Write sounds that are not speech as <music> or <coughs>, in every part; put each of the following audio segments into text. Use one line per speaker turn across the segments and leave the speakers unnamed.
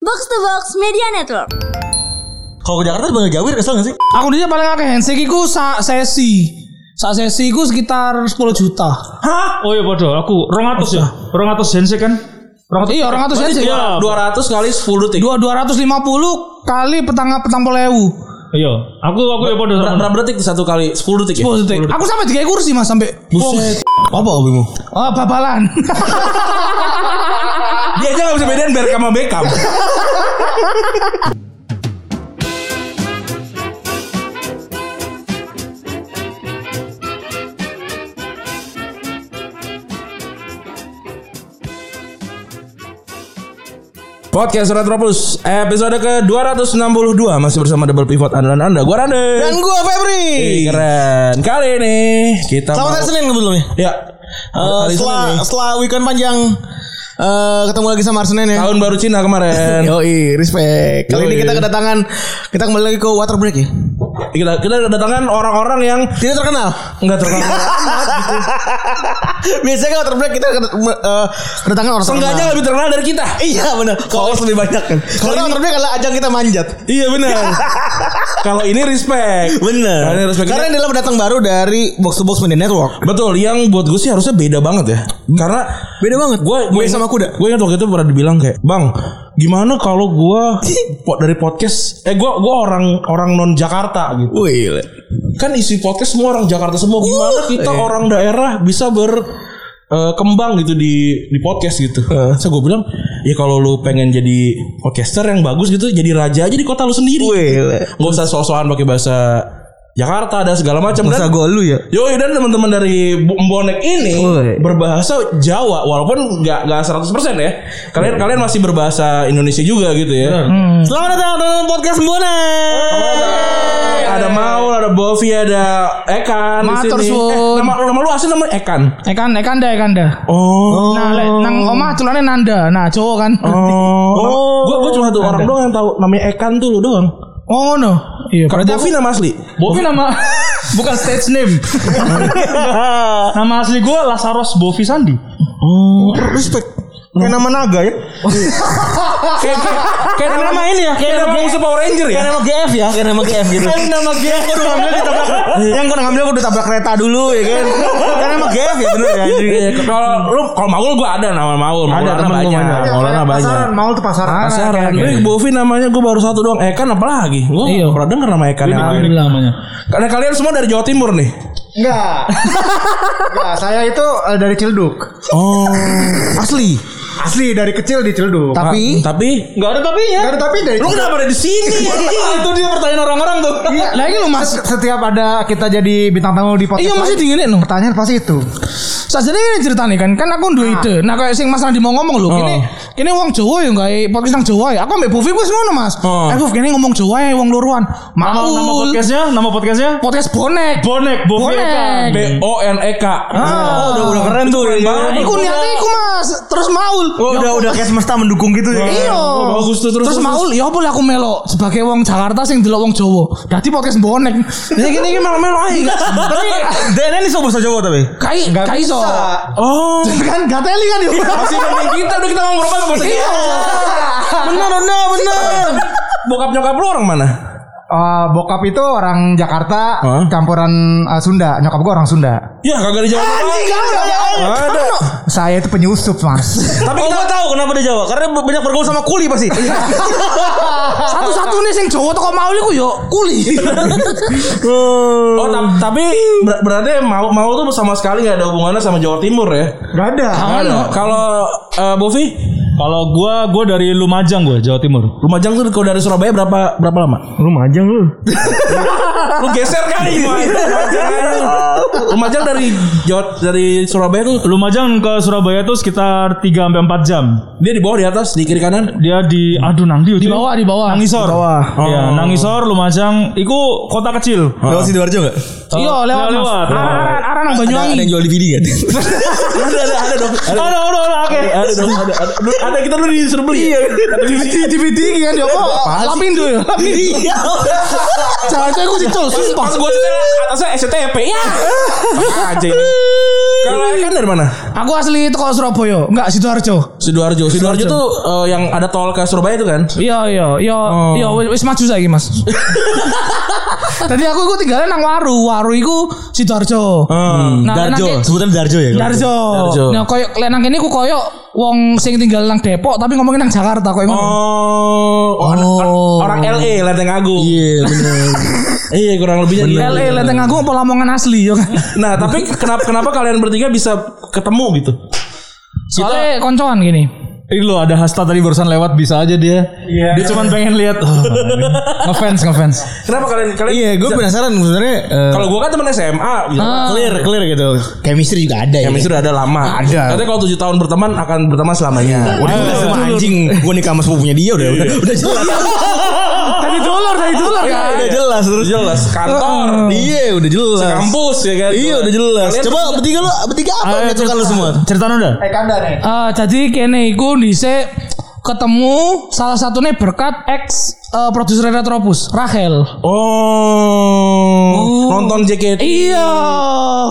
Box to Box Media Network.
Kalau ke Jakarta sebenarnya Jawir kesel gak sih?
Aku dia paling akeh handshake iku sak sesi. Sak sesi iku sekitar 10 juta.
Hah?
Oh iya bodoh, aku 200 ya. 200 handshake kan. 200.
Iya, 200 handshake.
iya.
200 kali 10 detik.
Dua 250 kali petang petang polewu.
Iya, aku aku ya bodoh.
Ber- Berapa detik satu kali? 10 detik ya?
10 detik. Aku sampai tiga kursi Mas sampai.
Buset. Apa hobimu?
Oh,
<laughs>
babalan.
Dia aja gak bisa bedain Berkham sama Beckham. Podcast Retropus episode ke-262 masih bersama Double Pivot andalan Anda. Gua Rande.
Dan gua
oh,
Febri.
Ih, Keren. Kali ini kita
Selamat hari
mau-
Senin sebelumnya.
Ya.
Eh,
Hari
setelah
Senin nih.
setelah weekend panjang eh, ketemu lagi sama Arsenal ya.
tahun baru Cina kemarin.
Yoi, respect. Kali ini
Yoi.
kita kedatangan kita kembali lagi ke water break ya.
kita kita kedatangan orang-orang yang
Tidak terkenal. <laughs>
nggak
Iya,
terkenal
Biasanya kan water break kita ked- eh, kedatangan orang
Seenggaknya
terkenal.
lebih terkenal dari kita
Iya benar. Followers lebih banyak kan. Kalau
ini-
water break adalah ajang kita manjat.
iya benar
<laughs>
kalau ini respect
Bener.
Karena respect
Karena ini
kita-
adalah pendatang baru dari Box to Box Media Network.
betul yang buat gue sih harusnya beda banget ya karena
Beda banget.
gue gue
sama kuda.
gue ingat waktu itu pernah dibilang kayak bang gimana kalau gue
<laughs>
po- dari podcast eh gue gue orang orang non Jakarta gitu
Wih. le.
kan isi podcast semua orang Jakarta semua gimana kita
iya.
orang daerah bisa ber eh, kembang gitu di di podcast gitu. Saya gue bilang ya kalau lu pengen jadi podcaster yang bagus gitu jadi raja aja di kota lu sendiri.
Wih. le.
Gak usah sok-sokan pakai bahasa Jakarta dan segala macam
Masa
dan
gol lu ya.
Yo dan teman-teman dari Bu- Bonek ini
Woi.
berbahasa Jawa walaupun nggak nggak 100% ya. Kalian
Iya.
kalian masih berbahasa Indonesia juga gitu ya.
Hmm.
Selamat datang dalam podcast Bonek.
Eh, Ada Maul, ada Bovi, ada Ekan di
Matur
sini.
suwun.
Eh, nama, nama lu asli nama Ekan.
Ekan, ekan dah, ekan dah.
Oh.
kan Nah, lek nang omah tulannya Nanda. Nah, cowok kan.
Oh. Gue gue cuma tuh orang doang yang tahu namanya Ekan tuh lu doang.
Oh, no. Iya, berarti aku
Bovi nama
<laughs>
asli.
Bovi
<laughs>
nama bukan stage name.
Nama asli gue Lasaros Bovi Sandi.
<laughs> Respect. Kayak nama naga
Iya.
ya.
Kayak kayak- kayak nama ini ya. Kayak nama Bungsu Power Ranger ya.
Kayak nama GF ya, kayak nama GF gitu. Kayak nama GF udah ngambil ditabrak.
Iya.
Yang gua ngambil aku udah tabrak kereta dulu ya kan. Kayak nama GF ya bener ya. anjing.
Iya, Kalau lu kalau Maul gue ada nama Maul. Maulana
temen gua
banyak.
banyak.
Maulana banyak.
Pasaran, mau tuh pasaran.
Pasaran.
Kayak-
Ini Bovi namanya gue baru satu doang. Ekan apa lagi? Gue
Iya.
pernah denger nama Ekan yang lain.
namanya.
Karena kalian semua dari Jawa Timur nih.
Enggak. Enggak, saya itu eh, dari Cilduk.
Oh. <laughs>
Asli.
Asli dari kecil di Cilduk.
Tapi
Tapi
Enggak ada tapi ya.
Enggak ada tapi dari
lu
Cilduk.
kenapa ada di sini?
itu dia pertanyaan orang-orang tuh.
Lagi lu Mas.
Setiap ada kita jadi bintang tamu di podcast.
Iya, masih
lain,
dingin no.
Pertanyaan pasti itu.
Sajane ini cerita nih kan, kan
Ah.
aku duwe ide. Nah kayak sing Mas Nadi mau ngomong lho, kene
Oh.
kene wong Jawa ya gawe podcast nang Jawa ya. Aku ambek Bovi wis ngono Mas.
Oh.
Eh Bov kene ngomong Jawa ya wong luruan.
Nama,
Mau
nama podcastnya, nama podcastnya
podcast bonek.
Bonek Bovi
Bonek.
Ekan.
B O N E K.
Ah.
udah udah keren tuh.
Iya.
Keren banget.
Iku niatnya iku Mas, terus Maul.
Oh, udah udah kayak semesta mendukung gitu ya.
Iya.
Oh, bagus tuh, terus, terus.
terus, Maul ya boleh aku melo sebagai wong Jakarta sing delok wong Jawa. Dadi podcast bonek. Iya. Jadi kene iki melo-melo ae.
Dan ini sobat bahasa Jawa tapi.
Kai kai iso.
Oh.
<laughs> Kan gak teli kan
<laughs>
yo.
Masih mending kita udah kita ngomong apa bahasa
Iya.
Bener bener bener.
Bokap nyokap lu orang mana?
Eh, bokap itu orang Jakarta,
Hah?
campuran eh, Sunda. Nyokap gua orang Sunda.
Ya kagak ada Jawa
Ah,
Anjing
Tengah.
kamu ya.
Ada.
Saya itu penyusup, Mas.
Oh,
Tapi kita tahu kenapa dia Jawa karena banyak bergaul sama kuli pasti.
Iya, Satu-satunya sing Jawa teko Maul iku yo kuli.
Oh tam- tapi ber- berarti mau mau tuh sama sekali nggak ada hubungannya sama Jawa Timur ya?
Gak ada.
Nggak ada. Kalau eh, Bovi
Kalau gue, gue dari Lumajang gue, Jawa Timur.
Lumajang tuh kalau dari Surabaya berapa berapa lama?
Lumajang lu?
<laughs> Lu geser kali gua. Lumajang. Lumajang dari Jawa dari Surabaya tuh
Lumajang ke Surabaya tuh sekitar 3 sampai 4 jam.
dia di bawah di atas di kiri kanan.
Dia di aduh nang Hmm. di
Di bawah, di bawah.
Nangisor. Di
bawah.
Iya, Nangisor, Lumajang, iku kota kecil.
Lewat Sidoarjo enggak?
Iya lewat.
Lewat,
Mas.
lewat.
Arahan arahan nang Banyuwangi.
Oh. Ada yang jual DVD
<laughs>
kan?
ada ada ada dong. Ada,
Aduh, aduh, aduh, oke.
ada dong ada ada, ada kita dulu di Surabaya.
Di DVD kan dia apa? Lapindo ya. Lapindo.
Iya.
gitu. Jangan saya gue sih cul, sumpah.
Pas gue setel atasnya SCTP ya. Apa Aja ini. Kalau Aek kan dari mana?
Aku asli itu kalau Surabaya, enggak Sidoarjo.
Sidoarjo. Sidoarjo tuh eh, yang ada tol ke Surabaya itu kan?
Iya iya iya iya wis maju saiki <laughs> Mas. Tadi aku iku tinggalnya nang Waru, Waru iku Sidoarjo.
Hmm.
Nah,
Darjo,
nanti-
sebutan Darjo ya. kalau
Darjo.
Darjo.
Nah, koyo lek nang kene ku koyo wong sing tinggal nang Depok tapi ngomongin nang Jakarta koyo ngono.
Oh, orang-
Oh.
orang LA Lenteng Agung. <laughs>
Iya, bener.
Iya, kurang lebihnya gitu.
LA Lenteng Agung apa Lamongan asli yo kan.
Nah, tapi kenapa kenapa kalian bertiga bisa ketemu gitu?
Soalnya koncoan gini.
Ini lo ada hasta tadi barusan lewat bisa aja dia. Dia cuma pengen lihat. Oh, ngefans ngefans.
Kenapa kalian kalian
Iya, gue penasaran sebenarnya. eh,
Kalau gua kan temen SMA gitu. kan.
clear, clear gitu. Chemistry juga ada ya?
Yang sudah ada lama.
Iya. Ada. Iya.
Katanya kalau 7 tahun berteman akan berteman selamanya.
Udah, udah sama anjing. Gue nikah sama sepupunya dia udah udah udah jelas.
Tadi dolar, tadi dolar
Iya,
kan.
udah jelas terus.
Jelas kantor,
Iya, udah jelas.
kampus ya kan.
Iya, udah jelas.
Kalian-
Coba bertiga lu bertiga apa yang suka lu semua?
Eh, Cerita Nanda.
Eh kanda nih.
Eh, jadi kene iku dhisik ketemu salah satunya berkat ex eh, produser Retropus, Rahel.
Oh, nonton JKT.
Iya,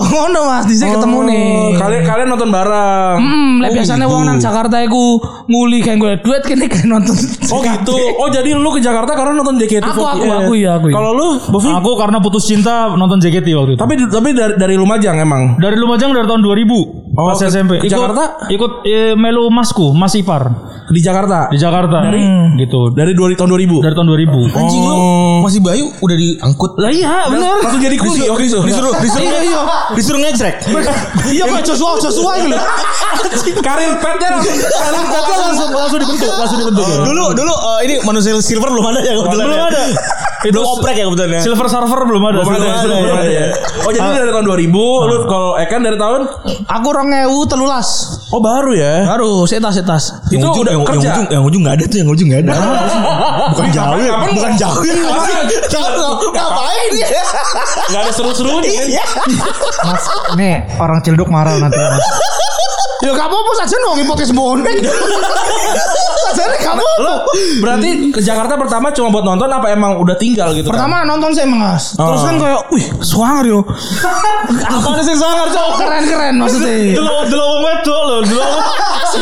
Oh, ngono Mas, dhisik ketemu nih.
Oh.
Kalian kalian nonton bareng.
Mm.
Hmm, lek biasanya wong nang Jakarta iku nguli kan gue duet kene kan nonton.
Oh gitu. Oh jadi lu ke Jakarta karena nonton JKT48.
Aku, aku, aku, iya, aku, iya.
Kalau lu Bovi
Aku karena putus cinta nonton JKT waktu itu.
tapi tapi dari dari Lumajang emang.
Dari Lumajang dari tahun 2000
Oh,
pas
ke-
SMP.
ke Jakarta?
Ikut eh, melu masku, Mas Ipar
Di Jakarta.
di Jakarta. gitu.
Dari Oh, 2 tahun 2000.
Dari tahun 2000.
Anjing lu masih bayu udah diangkut. Lah iya,
bener. Langsung jadi kuli.
Disuruh
Oke, so.
disuruh disuruh
Iya, iya.
disuruh ngecrek.
Iya kok Joshua, Joshua iki lho.
<laughs> Karir petnya langsung. Karir petnya langsung.
Langsung dibentuk, langsung dibentuk.
Dulu dulu eh, ini manusia silver belum ada ya kebetulan.
Belum
ya?
ada.
Belum oprek ya kebetulan. ya?
Silver server belum ada.
iya. Belum ada,
ada,
belum
belum
ada
ada.
ya. Oh jadi dari tahun 2000 lu kalau Ekan dari tahun
Aku
uh,
2013.
oh baru ya.
Baru setas setas.
Itu
Yang ujung-
udah
yang, yang
kerja.
ujung yang ujung nggak ada tuh yang ujung nggak
Nah.
ada bukan jauh ya
kapan-
bukan jauh ya ngapain ya
Enggak ada seru-serunya. kan?
Mas, nih orang cilduk marah nanti mas.
Ya gak apa-apa saja nongi podcast bonek. Sajane gak apa-apa.
Berarti ke Jakarta pertama cuma buat nonton apa emang udah tinggal gitu? Oh. kan?
Pertama nonton saya Mas. Terus kan kayak wih, suangar
<laughs>
yo. Apa ada sing suangar cok? Keren-keren maksudnya.
Dulu dulu wong wedok lho, dulu.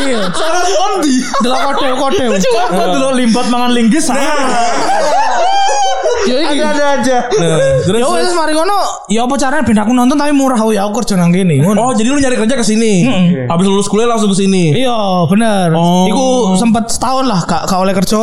Iya. Delok kode-kode.
Aku dulu limbat mangan linggis. ah.
Nah. Yo iki.
Ada aja.
Nah, terus-
Yo wis mari ngono, ya apa caranya ben aku nonton tapi murah oh, ya aku kerja nang kene. Ngono.
Oh jadi lu nyari kerja ke sini. Habis lulus kuliah langsung ke sini.
Iya Mm. bener
Oh.
Iku sempet setahun lah Gak, gak oleh kerja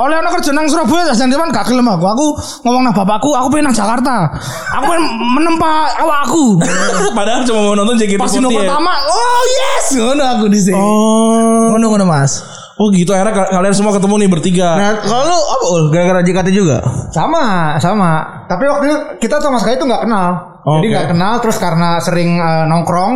Oleh ono kerja nang Surabaya Dan cuman gak gelem aku Aku ngomong nang bapakku Aku pengen nang Jakarta Aku pengen menempa awak aku
<coughs> Padahal cuma mau nonton JKT48.
Pas dino pertama Oh yes Ngono aku di sini
Oh.
Ngono ngono mas
Oh gitu akhirnya ka- kalian semua ketemu nih bertiga.
nah kalau lu apa ul gara-gara JKT juga
Sama, sama. Tapi waktu itu kita sama sekali itu nggak kenal.
Oh,
jadi
oke.
nggak kenal terus karena sering eh, nongkrong.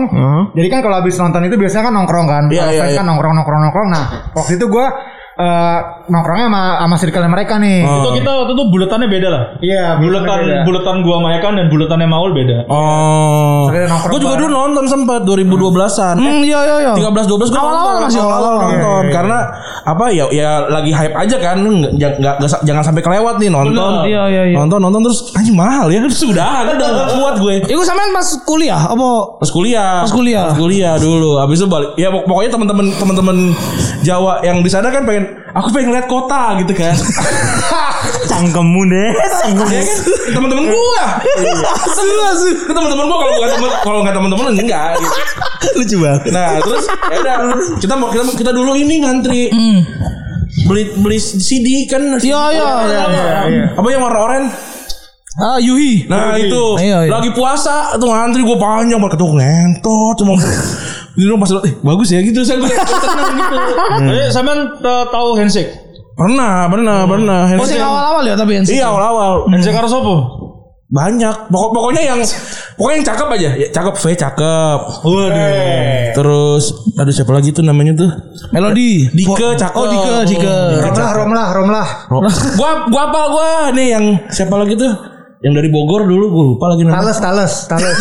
Jadi kan kalau habis nonton itu biasanya kan nongkrong kan.
Iya,
Kalau
iya,
fans
iya.
kan nongkrong nongkrong nongkrong. Nah, waktu itu gua eh, nongkrongnya sama sama circle mereka nih.
Oh.
Itu kita waktu itu buletannya beda lah.
Iya,
Buletan
beda.
buletan gua sama Ekan dan buletannya Maul
<laughs>
beda.
Oh.
Akhirnya nongkrong
Gue juga
bareng.
dulu nonton sempat 2012-an.
Hmm iya iya iya
13-12 gue
Awal-awal
nonton.
masih
Awal-awal
awal-awal.
nonton karena apa ya ya lagi hype aja kan nggak nggak- nggak- jangan sampai kelewat nih nonton.
Iya iya iya
Nonton nonton terus anjing mahal ya <laughs> terus udahan udah nggak kuat gue.
Iku sampean pas kuliah Apa
Pas kuliah.
Pas kuliah.
Pas kuliah dulu. Habis itu balik. Ya pok- pokoknya teman-teman teman-teman Jawa yang di sana kan pengen aku pengen lihat kota gitu kan. <laughs>
cangkemmu deh
ya kan teman-teman gua. Iya, Serius. Itu teman-teman gua kalau bukan teman kalau enggak teman-teman enggak gitu.
lucu banget
Nah, terus ya udah kita mau kita, kita dulu ini ngantri. Beli beli CD kan.
Hmm. Iya iya iya
Apa yang warna oranye?
Ah Yuhi
Nah itu
Iya, iya.
lagi puasa tuh ngantri gue panjang banget ketuk ngentot cuma di rumah pas eh bagus ya gitu saya gue seneng gitu.
Jadi sampean eh, tahu handshake?
Pernah, pernah, pernah.
Oh sing awal-awal ya tapi
Iya awal-awal
Handshake harus apa?
banyak. Pokok pokoknya yang pokoknya yang cakep aja. Ya, cakep, V cakep. Eh.
Waduh.
Terus aduh siapa lagi tuh namanya tuh?
Melodi
Dike cakep.
Oh Dike Dike
Romlah, romlah, romlah.
Nah, gua gua apa gua nih yang siapa lagi tuh? Yang dari Bogor dulu gua lupa lagi namanya.
Tales, tales, tales.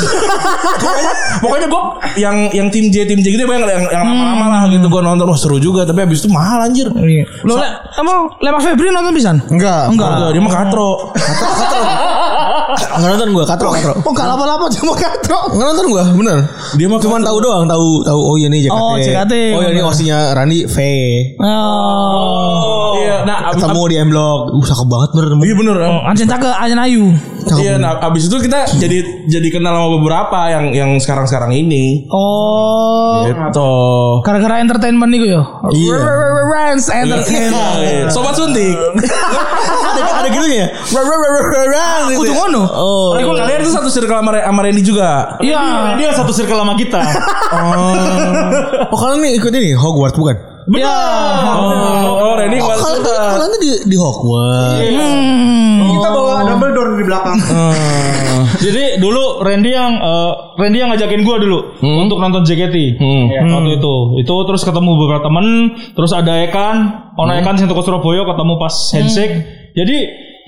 Pokoknya gua yang yang tim J tim J gitu banyak yang yang lama-lama lah gitu gua nonton wah seru juga tapi abis itu mahal anjir.
Iya. Lo lek emang lek Mas Febri nonton pisan?
enggak
Enggak, dia mah katro.
Nggak nonton gue katro katro.
Oh gak lama-lama cuma katro.
Nggak nonton gue bener.
Dia mah
Cuman tahu doang tahu tahu oh iya nih JKT.
Oh, JKT.
Oh iya nih osinya Randi V.
Oh.
Iya, nah ab-
Ketemu di M Block. Uh cakep banget bener.
Iya bener.
Anjing cakep, anjing ayu.
Cakep
Iya, nah abis itu kita jadi jadi kenal sama beberapa yang yang sekarang sekarang ini.
Oh.
Gitu.
Gara-gara entertainment nih ya. Iya. Rans entertainment.
Iya, Sobat
<laughs>
suntik.
ada ada gitunya.
ya?
Ra- ra- ra- ra- ra- ra, gitu
Kudu
ya.
ngono.
Oh.
Tapi kalian tuh satu circle sama, Re- sama Randy juga.
Iya.
Dia satu circle sama
<laughs>
kita.
Oh kalian nih ikut ini Hogwarts bukan?
Iya.
Ya. Oh, oh Randy
Oh,
kemarin
kalian,
tuh-
kalian tuh di di Hogwarts.
Kita bawa Dumbledore di belakang.
Jadi dulu Randy yang eh, Randy yang ngajakin gua dulu untuk nonton JKT. Ya, waktu itu. Itu terus ketemu beberapa temen, terus ada Ekan, ono Ekan sing teko Surabaya ketemu pas handshake. Jadi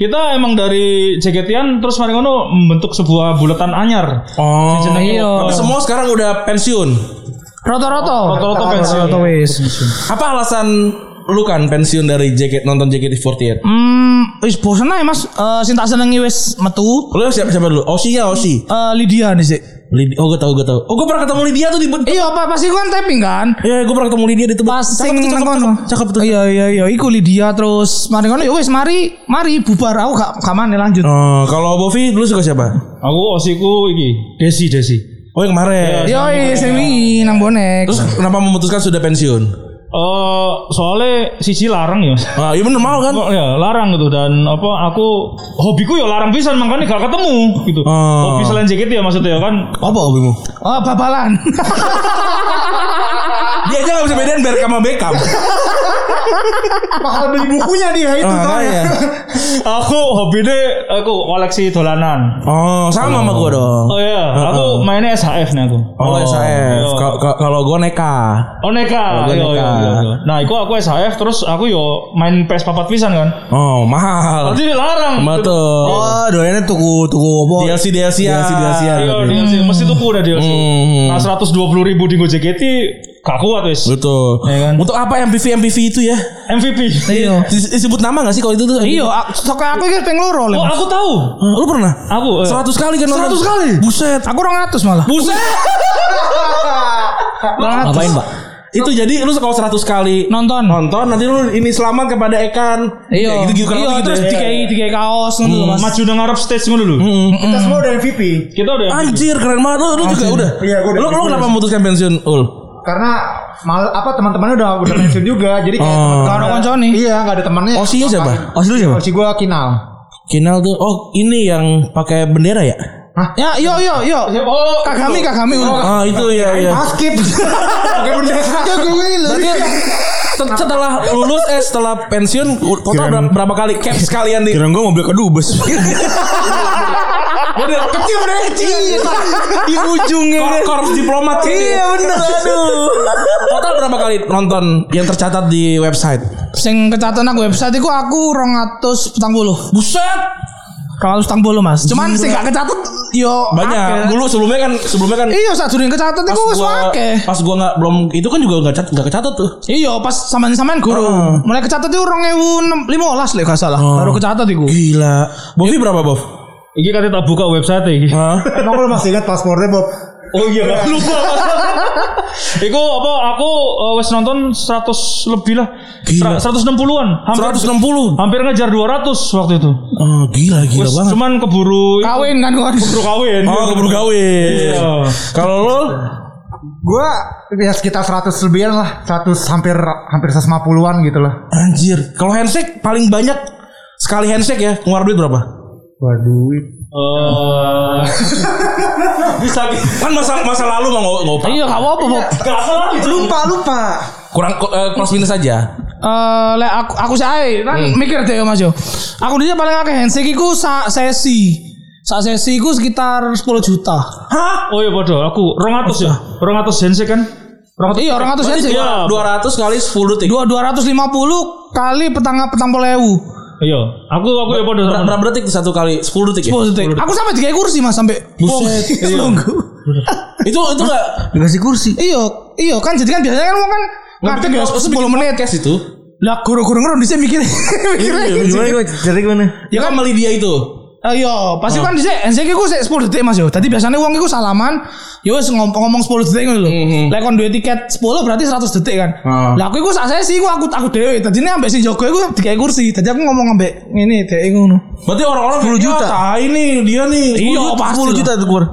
kita emang dari JKT-an terus mari ngono membentuk sebuah bulatan anyar.
Oh.
Sing jenenge
Iya.
Tapi semua sekarang udah pensiun.
Roto-roto.
Roto-roto pensiun.
wis.
Apa alasan lu kan pensiun dari JKT nonton JKT48?
Hmm, wis bosen aja Mas. Eh sing tak senengi wis metu.
Lu siapa siapa dulu? Osi ya Osi.
Eh Lydia nih sih.
Lid- oh gue tau gue tau. Oh gue pernah ketemu Lydia tuh di ben-
Iya, apa pasti kan taping kan?
Ya gue pernah ketemu Lydia di tempat.
Pas sing
tuh,
nang
cakep,
kono.
cakep, cakep tuh.
Iya iya iya iku Lydia terus mari ngono ya wis mari mari bubar aku gak gak maneh lanjut.
Oh, kalau Bovi dulu suka siapa?
Aku osiku iki, Desi Desi.
Oh yang kemarin.
Yo sing wingi nang bonek.
Terus kenapa memutuskan sudah pensiun?
Eh soalnya Sisi larang ya. Mas.
Ah, iya bener mau kan?
Kok ya larang gitu dan apa aku hobiku ya larang pisan makanya gak ketemu gitu.
Oh.
Hobi selain JKT ya maksudnya ya kan
Apa hobimu?
Oh babalan.
Dia aja gak bisa bedain Beckham sama
<laughs>
Beckham.
Bakal beli bukunya dia itu
Ah, makanya.
soalnya.
aku hobi deh aku koleksi dolanan.
Oh, sama sama gue dong. Ah,
Oh iya, aku Iya. mainnya SHF nih aku.
Oh, SAF. Ka- ka- Kalau gue neka.
Oh neka,
gua
iya,
neka.
iya, iya, iya. Nah, aku aku SHF terus aku yo main PS papat pisan kan.
Oh, mahal.
Tadi dilarang.
Betul.
Oh, doyannya tuku tuku apa?
DLC DLC ya.
DLC DLC ya.
Iya, DLC. Mesti tuku udah DLC.
Hmm.
Nah, 120 ribu di JKT gak kuat wis.
Betul.
Iya kan?
Untuk apa MPV MPV itu ya?
MVP.
Iya.
Dis- Disebut nama gak sih kalau itu tuh?
Iya, aku- sok aku iki ping loro lho.
Oh, aku tahu.
Hmm, Lu pernah?
Aku eh,
100 kali kan
100 kali?
Buset.
Aku 200 malah.
Buset.
Ngapain, Pak?
itu jadi lu kalau 100 kali
Nonton.
nonton nanti lu ini selamat kepada Ekan. Kayak
Iya.
Gitu gitu kan
Iya,
gitu.
terus
ya.
dikai dikai kaos ngono lho, Mas.
maju nang ngarep stage ngono lho.
Kita semua udah MVP.
Kita udah MVP.
Anjir keren banget lu, lu juga udah.
Iya, gua udah.
Lu lu kenapa memutuskan pensiun Ul?
Karena mal apa teman-temannya udah udah pensiun juga. Jadi kayak teman-teman-
Gak ada koncone.
Iya, enggak ada temannya.
Osinya siapa?
Oh, sih lu siapa?
Osi gua kinal.
Kinal tuh oh ini yang pakai bendera ya?
Ya, yo yo yo.
Oh,
Kagami kagami.
Ah itu ya ya.
Ah, skip. Pakai bendera. Ya gue
Iya.
Set- Setelah lulus eh setelah pensiun total berapa, berapa kali cap sekalian di
Kira gua mau beli
<laughs>
kedubes.
Bener, kecil bener kecil.
di ujungnya.
Kor- Korps diplomat.
Iya bener aduh.
Total berapa kali nonton yang tercatat di website?
Sing kecaten aku website iku aku 240.
Buset.
240, Mas. Cuman sing gak kecatet yo akeh.
Banyak. Dulu sebelumnya kan sebelumnya kan
Iya, sadurunge kecatet iku wis akeh.
pas gua nggak belum itu kan juga nggak cat nggak kecatat tuh.
Iya, pas sampean-sampean guru. Mulai kecatet itu 2015 lek gak salah. Baru kecatet iku.
Gila. Bovi berapa, Bov?
Iki kate tak buka website iki.
Hah?
Emang lu masih ingat paspornya Bob?
Oh iya <laughs> kan lupa. Iku apa aku eh, wis nonton 100 lebih lah.
Gila.
Sera- 160-an. Hampir
160.
hampir ngejar 200 waktu itu.
Oh, gila gila
Wis
banget.
cuman keburu
Kawin kan kon.
keburu kawin.
Oh, keburu kawin.
Iya.
Kalau lu
Gua ya sekitar 100 lebihan lah, 100 hampir hampir 150-an gitu lah.
anjir, kalau handshake paling banyak sekali handshake ya, keluar duit berapa?
Waduh.
Eh,
Bisa kan masa masa lalu mah nggak nggak apa.
<laughs> Iya, gak apa-apa, Bob.
Lupa lupa.
Kurang eh, plus minus aja.
Eh, lek aku aku sae kan
Hmm.
mikir deh Mas yo. Aku dia paling akeh handshake iku sak sesi. Sak sesi iku sekitar 10 juta.
oh iya bodoh aku 200 ya. 200 handshake kan? 200.
Iya, 200 handshake.
Iya.
200 kali 10 detik.
Dua 250 kali petang petang polewu.
Iya. Aku aku ya bodoh.
Ber- Berapa detik tuh satu kali? 10 detik ya?
10 detik. Aku sampai tiga kursi Mas sampai
Buset. iya.
Wong, <laughs> Nunggu.
Itu itu enggak
Dikasih kursi.
Iya, iya kan jadi kan biasanya kan wong kan ngadeg ya 10 menit.
cash itu.
Iya,
Lah guru-guru ngono dhisik mikir. gitu mikir.
Gimana gimana? Cerita gimana?
Ya kan sama Lydia itu.
Ayo, pasti kan dhisik NCK ku sik 10 detik Mas yo. Dadi biasanya wong iku salaman, yo wis ngom- ngomong 10 detik ngono lho. Lek kon duwe tiket 10 berarti 100 detik kan. Lah aku iku sak sesi ku aku aku dhewe. Oh, Dadine ambek si Joko iku dikai kursi. Dadi aku ngomong ambek ngene dhek ngono.
Berarti orang-orang 10
juta.
Tai nih dia nih.
Iya, pasti.
10 juta itu kur.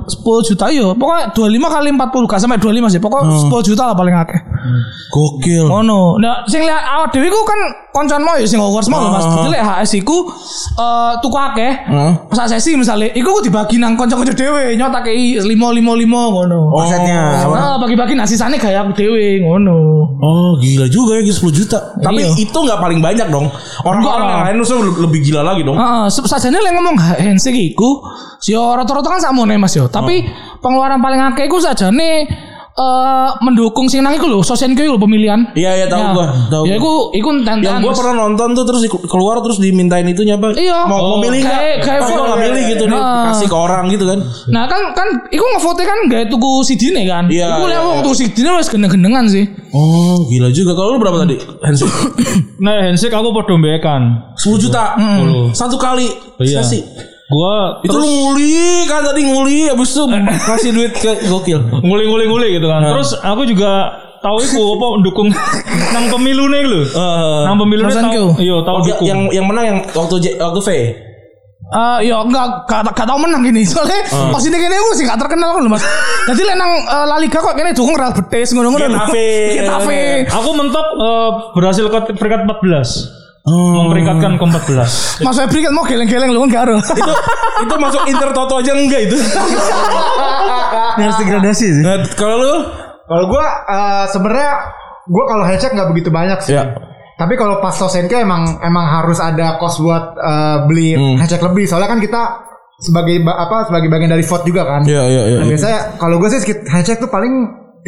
10 juta yo. Pokoknya 25 kali 40 gak sampai 25 sih. Pokoknya 10 juta lah paling akeh.
Gokil.
Ngono. Nah, sing lihat awak dhewe ku kan koncoan mau ya sing ngokor mau lho Mas.
Oh.
Dadi lek HS iku eh tuku akeh. Sak sesi misale iku ku dibagi nang kanca-kanca dhewe nyotake 5 5 5 ngono.
Oh,
Asetnya.
Nah, bagi-bagi nasi sisane gaya aku dhewe ngono.
Oh gila juga ya 10 juta. Tapi
Iya.
itu nggak paling banyak dong. Orang-orang
Enggak.
yang lain maksudnya lebih gila lagi dong.
Heeh, uh, sajane lek ngomong handshake iku yo rata-rata kan sakmene Mas
Oh.
yo. Tapi pengeluaran paling akeh iku sajane eh mendukung sing nang iku lho, Sosenko iku lho pemilihan.
Iya iya tahu
Ya.
gua. Tahu.
Ya iku iku
yang
tantangan.
gua pernah nonton tuh terus di- keluar terus dimintain itunya apa?
Iya.
Mau, mau
Oh.
milih nggak?
Kayak- kayak
Pas gua
vote.
nggak milih gitu nih.
Nah.
Kasih ke orang gitu kan.
Nah kan kan iku ngevote kan gak tuku sidine kan.
Iya,
Iku lek
iya,
wong
iya.
tuku sidine wis gendeng-gendengan sih.
Oh gila juga. Kalau lu berapa tadi? Handsome.
Nah handshake aku podo mbekan.
10 juta.
Sepuluh.
Satu kali
Iya.
sesi.
Gua
Itu lu nguli kan tadi nguli abis itu kasih duit ke gokil.
nguli-nguli-nguli gitu
Nah.
kan. Terus aku juga tahu iku apa <laughs> dukung nang pemilune iku lho.
Eh,
Nang pemilune
Sosenko.
tahu. Iya, tahu
ya,
dukung.
yang yang menang yang waktu J, waktu V.
Eh yo enggak gak, gak tau menang gini soalnya
Hmm.
pas ini kene aku sih gak terkenal kan lho Mas. Jadi lek nang eh, La Liga kok kene dukung Real Betis ngono-ngono.
Getafe.
Getafe.
Aku mentok eh, berhasil ke peringkat 14.
Oh.
Memperingkatkan ke 14.
Mas Febri kan mau geleng-geleng lho kan gak ero.
itu <laughs> itu masuk Inter Toto aja enggak itu.
Ini harus degradasi sih.
Nah, kalau lu
Kalau gua eh, sebenarnya gua kalau headset nggak begitu banyak sih.
Iya.
Tapi kalau pas Sosenko emang emang harus ada cost buat eh, beli headset lebih. Soalnya kan kita sebagai ba- apa sebagai bagian dari vote juga kan.
Iya iya iya.
Nah, biasanya kalau gue sih sekit- handshake tuh paling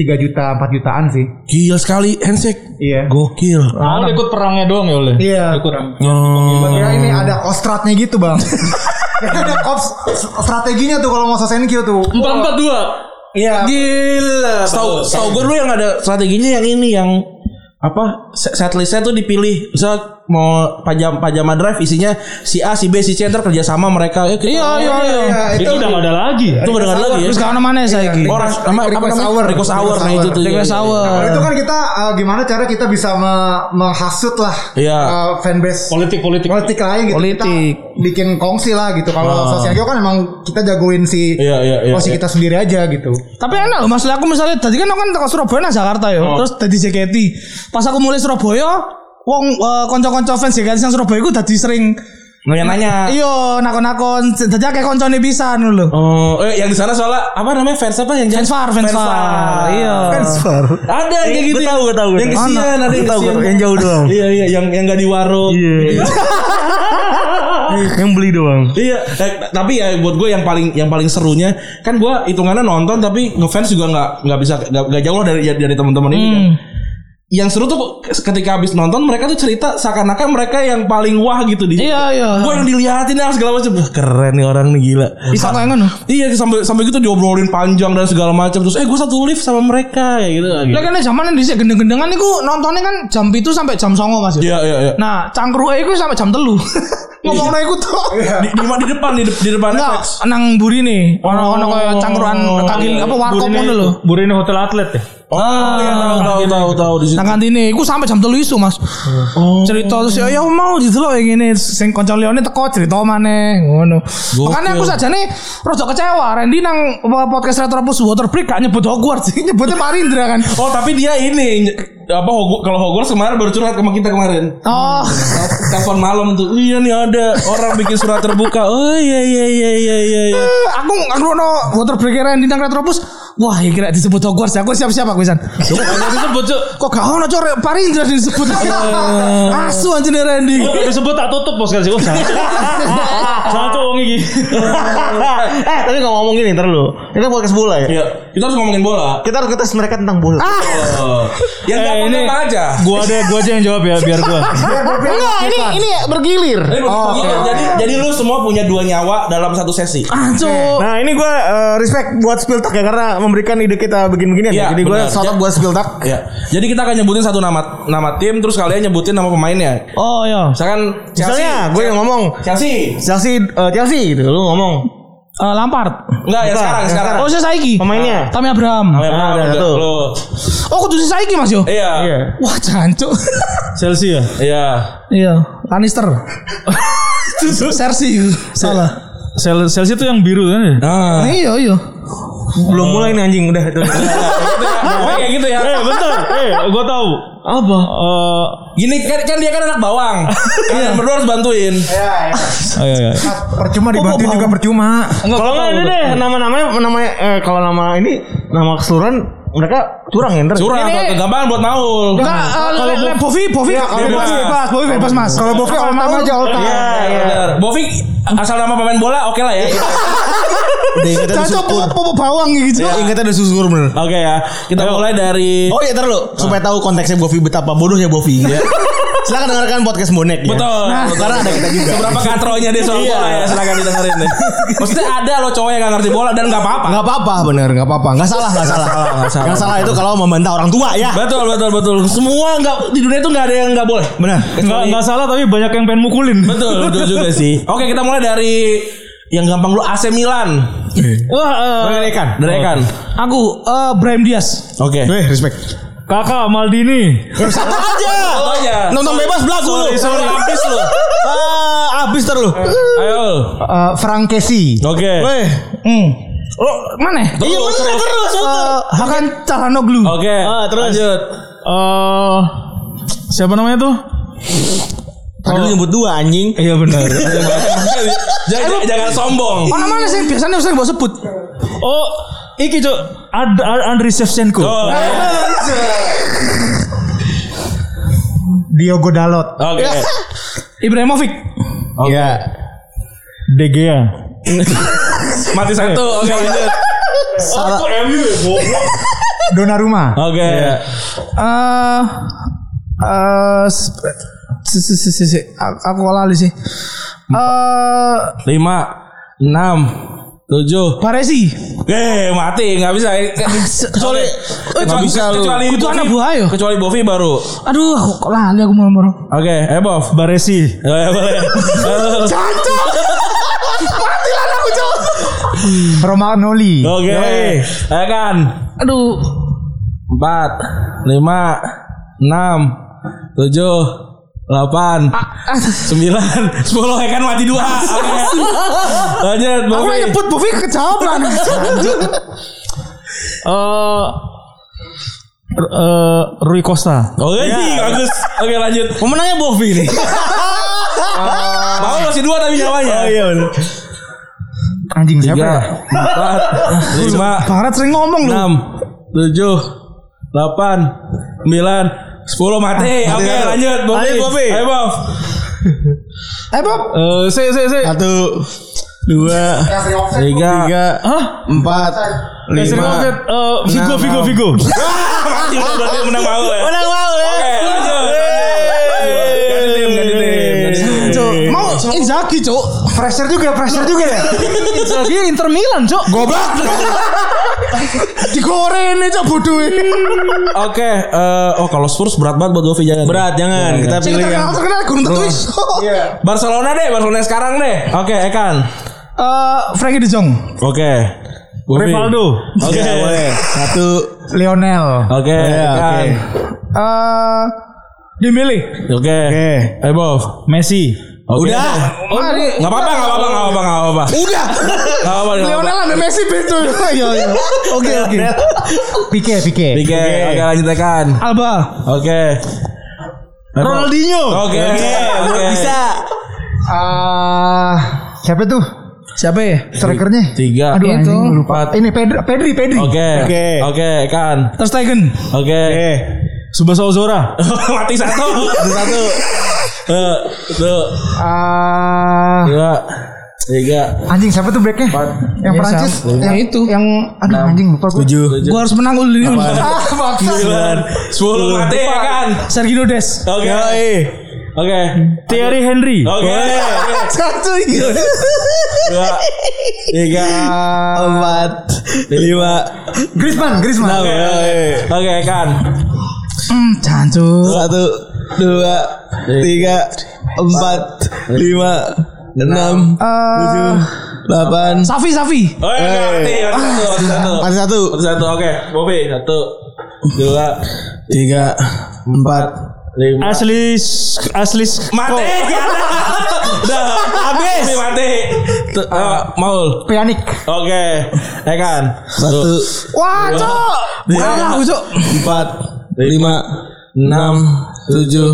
3 juta 4 jutaan sih.
Gila sekali handshake.
Iya.
Gokil.
Ya.
Mau ikut perangnya doang ya oleh.
Iya.
Ikut.
Oh.
Kira ini ada kostratnya gitu,
<laughs>
Bang. Kira ada kos strateginya tuh kalau mau Sosenko tuh.
Empat empat dua.
Iya.
Gila. Tahu tahu gue dulu yang ada strateginya yang ini yang apa se- setlistnya tuh dipilih misal mau pajam pajama drive isinya si A si B si C ntar kerjasama mereka ya kita-
Iya iya iya.
Itu, udah gak ada lagi.
itu udah nggak ada lagi ya
Terus gak ono maneh saiki.
orang apa apa
Request
namanya
hour.
request hour nah itu tuh
Request
Iya, iya,
hour.
Kalau itu kan kita eh, gimana cara kita bisa me- menghasut lah
Iya.
eh, fanbase
Politik politik.
politik lain gitu
Politik.
kita bikin kongsi lah gitu kalau sosial kan emang kita jagoin si
Ah. Iya, iya, iya,
posisi
iya.
kita sendiri aja gitu
Tapi enak loh Mas, Lah, aku misalnya tadi kan aku kan teko Surabaya nang Jakarta yo. Terus dadi JKT. Pas aku mulai Surabaya, wong eh, kanca-kanca fans JKT yang Surabaya iku dadi sering
iya. nanya
Iya, nakon-nakon dadi akeh koncone pisan lho.
Oh, eh yang di sana soalnya apa namanya fans apa yang
Fans far, fans far. Iya.
Transfer.
Ada yang kayak gitu.
Gue
ya.
tahu, gue tahu.
Yang kesian, ada yang
tahu.
kesian.
Yang jauh doang.
Iya iya, yang yang nggak di warung.
Iya.
Ah,
Yang beli doang.
Iya, eh, tapi ya buat gue yang paling yang paling serunya kan gue hitungannya nonton tapi ngefans juga nggak nggak bisa nggak nggak jauh lah dari dari teman-teman ini. Kan. Yang seru tuh ketika habis nonton mereka tuh cerita seakan-akan mereka yang paling wah gitu di.
<laughs> Iya, iya.
Gue yang dilihatin lah segala macam. Wah, Keren nih orang nih gila.
Bisa kok ngono.
Iya sampai sampai gitu diobrolin panjang dan segala macam terus eh gue satu lift sama mereka ya gitu.
Lah kan zaman dhisik gendeng-gendengan iku nontonnya kan jam 7 sampai jam 9 Mas. yo.
Iya iya iya.
Nah, cangkruke iku sampai jam 3. Ngomongno iku tok.
Di, di, di depan di, de- di depan
Enggak,
FX.
<laughs> nang buri nih. Ono-ono kayak cangkruan kaki
iya,
apa warkop ngono lho.
Burine hotel atlet ya.
Oh, iya tahu tahu tahu tahu di situ.
Nang kantine Nah, iku sampai jam 3 isu, Mas. Cerita terus ya ya mau didelok ya ngene sing kanca liyane teko cerita maneh ngono. Makanya aku sajane rada kecewa Randy nang podcast Retropus Waterbreak gak nyebut Hogwarts, <laughs> nyebutnya Parindra kan.
Oh, tapi dia ini apa Hogwarts, kalau Hogwarts kemarin baru curhat sama kita kemarin.
Oh,
Hmm. Telepon malam tuh. Iya nih ada orang bikin surat terbuka. Oh iya iya iya iya iya. iya.
aku aku ono Waterbreak Randy nang Retropus. Wah, ya kira disebut Hogwarts, aku siap-siap aku pisan.
disebut cuk.
Kok gak ono core Parindra disebut.
Iya.
Asu anjir Randy.
Kok disebut tak tutup bos kan sih. Oh, salah. Salah cuk wong iki.
eh tapi nggak ngomong gini ntar lu ini kan podcast bola ya
Iya, kita harus ngomongin bola.
kita harus ngetes mereka tentang bola
Oh. Yang
Eh,
gampang
ini-
apa aja.
Gua ada gua aja yang jawab ya biar gua.
Enggak, ini ini bergilir.
Oh,
Jadi, jadi jadi lu semua punya dua nyawa dalam satu sesi.
Asu.
nah ini gue respect eh, buat Spiltak ya karena memberikan ide kita begini beginian
Iya,
ya. Jadi gue
benar.
shout out buat Spiltak.
Ya. Jadi kita akan nyebutin satu nama nama tim terus kalian nyebutin nama pemainnya.
Oh iya.
Misalkan Chelsea.
Misalnya gue yang ngomong
Chelsea.
Chelsea eh, Chelsea gitu lu ngomong.
Eh, Lampard.
Enggak, yang sekarang, yang sekarang. Oh,
Oh, saya Saiki.
Pemainnya.
Tami Abraham.
Yang
Ah,
pertama
ada
juga.
tuh.
Lu.
Oh, kudu si Saiki Mas yo.
Iya.
Iya.
Wah, jancuk.
Chelsea ya.
Iya.
Iya, Lannister. Sersi salah.
Chel- Chelsea itu yang biru kan ya?
Nah,
Iya, iya.
Belum mulai nih anjing udah itu.
pokoknya kayak gitu ya.
Eh bentar, eh gue tahu. Apa? Eh,
Gini kan, kan dia kan anak
<laughs>
bawang.
Iya.
Kalian berdua harus bantuin.
Ya, ya.
ayo, ayo.
Percuma dibantuin juga percuma.
Kalau nggak ini
Eh,
deh
nah,
nama-namanya namanya eh, kalau nama ini nama keseluruhan mereka curang ya ntar.
Curang
Ini-
atau kegambaran buat Maul.
Nah,
Enggak, kalau Le Bovi, Bovi,
Iya, kalau
Bovi
Bovi.
bebas, Bovi bebas Mas.
Kalau Bovi all time aja all time.
Iya.
iya.
Bener. Bovik asal nama pemain bola oke lah ya.
Udah ingat ada
Cocok
susur.
popo bawang gitu.
Ingat ada susur bener.
Oke ya. Kita mulai dari
Iya. Oh iya ntar lu supaya tahu konteksnya Bovi betapa bodohnya Bovi. <laughs> Ya. Silakan dengarkan podcast bonek ya.
Betul.
Karena ada kita juga. Iya.
Seberapa katronya dia soal bola ya silakan didengerin deh. Maksudnya ada loh cowok yang gak ngerti bola dan gak apa-apa.
Nggak apa-apa bener, nggak apa-apa, nggak salah, nggak salah.
nggak salah.
Yang salah itu kalau membantah orang tua ya.
Betul betul betul. Semua nggak di dunia itu nggak ada yang nggak boleh.
Benar.
Nggak nggak salah tapi banyak yang pengen mukulin.
Betul betul juga sih. Oke kita mulai dari yang gampang dulu AC Milan.
Wah, eh,
Dari Ekan.
Aku eh Brahim Diaz.
Oke.
Eh, respect.
kakak Maldini.
Satu aja.
Contohnya.
Nonton bebas belagu lu.
Sorry sorry. Habis lu.
Ah, abis ter lu.
Ayo.
Eh, Frank Casey.
Oke.
Weh,
Hmm. Lo mana?
iya bener terus.
Eh, Hakan Calhanoglu.
Oke.
Ah, terus.
Lanjut.
Eh siapa namanya tuh?
Tadi lu nyebut dua anjing.
Iya benar. <laughs>
jangan, jangan- jangan sombong.
Oh, namanya sih biasanya sering bawa sebut.
Oh, iki cok Ad- Ad- Andriy Shevchenko.
Oh,
Diogo Dalot.
Oke.
Ibrahimovic.
Iya.
De Gea.
Mati satu. Oke lanjut.
Salah.
ya,
Donnarumma.
Oke.
Eh eh s- si si si si- si. A- aku lali sih. Eh
Lima, enam, tujuh.
Baresi.
Eh mati nggak bisa. Ah, Kecuali Oh,
Nggak bisa lu.
kecuali
Itu
Bovi-
anak buah ayo.
Kecuali Bovi baru.
Aduh, aku kok lali aku moro-moro.
Oke, eh Bov.
Baresi.
Boleh, boleh. <laughs>
Romagnoli.
Oke. Eh kan.
Aduh,
Empat, lima, enam, tujuh, delapan, sembilan, sepuluh. Eh kan mati dua. Oke. Lanjut
aku
Bovi.
yang nyebut Bovi kejawab lah. <laughs>
Eh R- eh, Rui Costa.
Oke sih, Oh, iya, bagus. Oke lanjut.
Pemenangnya Bovi nih.
Mau masih dua tapi nyawanya. Oh iya.
Anjing siapa
Tiga,
ya?
empat, lima,
Barat sering ngomong lu.
enam, tujuh, delapan, sembilan, sepuluh mati. Oke lanjut. Bobi.
Lanjut, Bobi.
Ayo Bob.
Eh, Bob.
Eh saya saya saya.
Satu, dua,
Tiga.
tiga, empat,
Eh, sering
lima.
banget. Eh, Vigo Vigo Vigo.
Mati udah berarti menang mau ya.
Ah, Menang mau ya.
Oke lanjut. lanjut. Ganti tim, ganti tim, ganti tim.
Cuk, mau Inzaghi, Cuk.
Fresher juga, fresher juga ya.
Inzaghi Inter Milan, Cuk. Goblok. Digoreng nih, Cuk, bodoh ini.
Oke, eh, oh kalau Spurs berat banget buat Govi jangan. Iya.
Berat jangan. Kita
Cik,
pilih yang
terkenal terkenal gunung tetu iso.
Barcelona deh, Barcelona sekarang deh. Oke, Ekan.
Eh, Frankie De Jong.
Oke. Bobi.
Rivaldo.
Oke,
Iya, boleh. Satu.
Lionel.
Oke,
Iya,
Ekan.
Eh, Dembele.
Oke.
Oke.
Ayo Bob.
Messi.
Oke.
Udah.
Mari.
Gak apa-apa, gak apa-apa, gak apa-apa, gak apa-apa. Gak
Udah.
apa-apa. gak apa-apa.
Lionel sama Messi betul. Yo yo. Oke oke.
Pique, Pique.
Oke, oke lanjut tekan.
Alba.
Oke.
Ronaldinho.
Oke, oke, oke.
Bisa.
Ah, siapa tuh?
Siapa ya?
Strikernya?
Tiga. Oh.
Aduh,
Anjing,
itu.
gua lupa. Ini Pedri, Pedri, Pedri.
Oke,
Oke.
oke, kan.
Ter Stegen.
Oke.
Subasa Ozora.
<laughs> Mati satu. Satu. Eh, tuh.
Ah,
Dua. Tiga.
anjing siapa tuh backnya? Yang
Ya,
Prancis,
siapa?
yang
Ya, itu.
yang aduh anjing lupa gua.
Tujuh.
Gua harus menang dulu ini.
Ah, maksa.
Sembilan. Sepuluh. Mati, ya kan.
Sergio Des.
Oke.
Yoi.
Oke. Oh.
Thierry Henry.
Oke.
Satu.
dua, tiga,
Empat, lima.
Griezmann, Griezmann.
Oke, oke.
Oke kan.
Hmm, cancu.
Satu, dua, tiga, empat, lima, enam, tujuh, delapan.
Safi, Safi.
Oh iya, mati, mati satu, mati
<laughs>
satu,
Ada satu,
Mati satu. Oke, Bobby satu, dua,
tiga, empat.
lima.
Asli asli
Mati. <laughs> Udah Oh. habis. Mati. Tuh,
Ah.
eh, Maul.
Pjanic.
Oke, ya kan.
Satu,
Wah, cok. Parah, aku, cok.
empat, lima, enam, tujuh,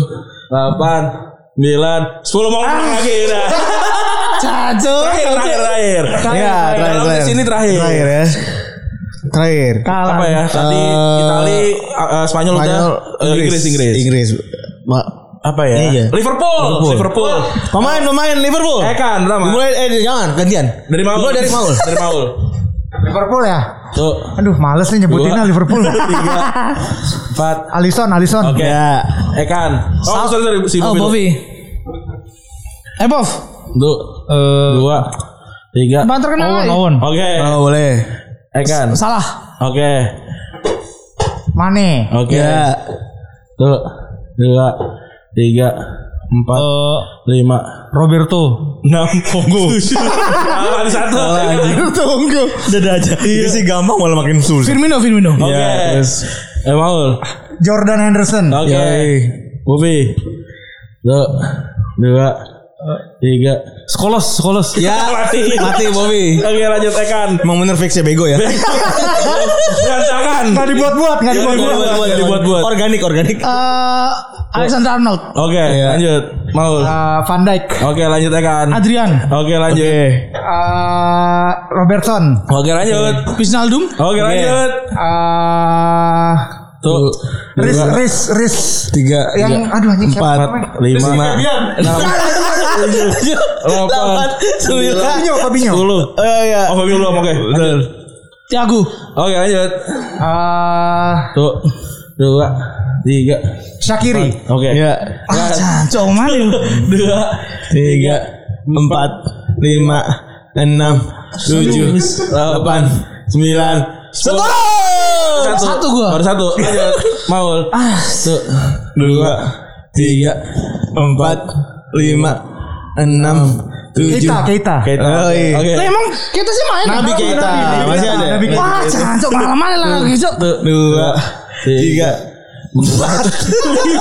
Delapan, sembilan, sepuluh mau menang lagi udah.
Cancu.
Ah. <laughs> Terakhir, terakhir, terakhir.
Iya, terakhir,
Dalam sesi ini terakhir.
Terakhir ya. Terakhir.
Apa
Kalah.
ya? Tadi
Eh,
Itali, eh, eh, Spanyol udah,
Spanyol,
eh, Inggris, Inggris.
Inggris. Ma
Apa ya?
Iya.
Liverpool,
Liverpool.
Liverpool.
pemain pemain Liverpool.
Eh kan, pertama.
Mulai eh jangan gantian.
Dari Maul.
Mulai dari Maul.
Dari Maul.
Liverpool ya.
Tuh,
Aduh, males nih nyebutinnya
Dua.
Liverpool.
empat.
Alisson, Alisson.
Oke.
Ya.
Eh kan. Oh, sorry, sorry, si
Oh,
Bobby.
Bobby. Eh, Bov.
Tuh,
Eh,
dua, tiga.
Bang terkenal.
Owen
eh.
Owen.
Oke.
Oh, boleh.
Eh kan.
Salah.
Oke.
Mane.
Oke.
Ya.
Tuh, Oh. dua, tiga, empat,
Eh,
lima,
Roberto.
enam, tunggu.
<laughs>
Lawan Ah, satu.
Tunggu. Udah aja. Iya. Ini sih gampang malah makin sulit.
Firmino, Firmino.
Oke. Eh Maul.
Jordan Henderson.
Oke. Bobi. Tuh, dua, Eh. tiga.
Skolos, Skolos.
Ya.
Mati.
Mati Bobby.
Oke lanjut Ekan.
Emang bener fix ya bego ya.
Berantakan.
Nggak dibuat-buat,
Iya,
nggak dibuat-buat.
Dibuat-buat, dibuat-buat.
Organik organik.
Eh, Alexander Arnold.
Oke, lanjut. Maul.
Eh, Van Dijk.
Oke, lanjut Ekan.
Adrian.
Oke, lanjut.
Eh, Robertson.
Oke, lanjut.
Wijnaldum.
Oke, lanjut.
Eh,
Tuh.
Riz,
dua,
Riz, Riz.
Tiga.
Yang
tiga,
aduh anjing siapa
empat,
namanya?
lima, enam, tujuh,
delapan,
delapan, sembilan.
Fabinho, Fabinho.
sepuluh.
Oh ya.
Oh, Fabio belum, oke. Lanjut.
Thiago.
Oke, lanjut.
Eh,
Tuh. Dua, tiga. Iya.
Shakiri.
Oke.
Ya.
Ah, cancu, malu.
Dua,
Tiga, empat, lima, enam, tujuh, delapan, sembilan, sepuluh.
Satu gua.
Baru satu. Lanjut. Maul.
Ah,
dua, tiga, empat, lima, enam, tujuh.
Keita, Keita.
Keita.
Oh, iya.
Oke.
Lah Eh, emang kita sih main ya?
Nabi
Nabi.
kita masih ada.
Nabi Keita.
Wah, cancok malam-malam lah lagi, Cok.
Satu, dua, tiga, empat,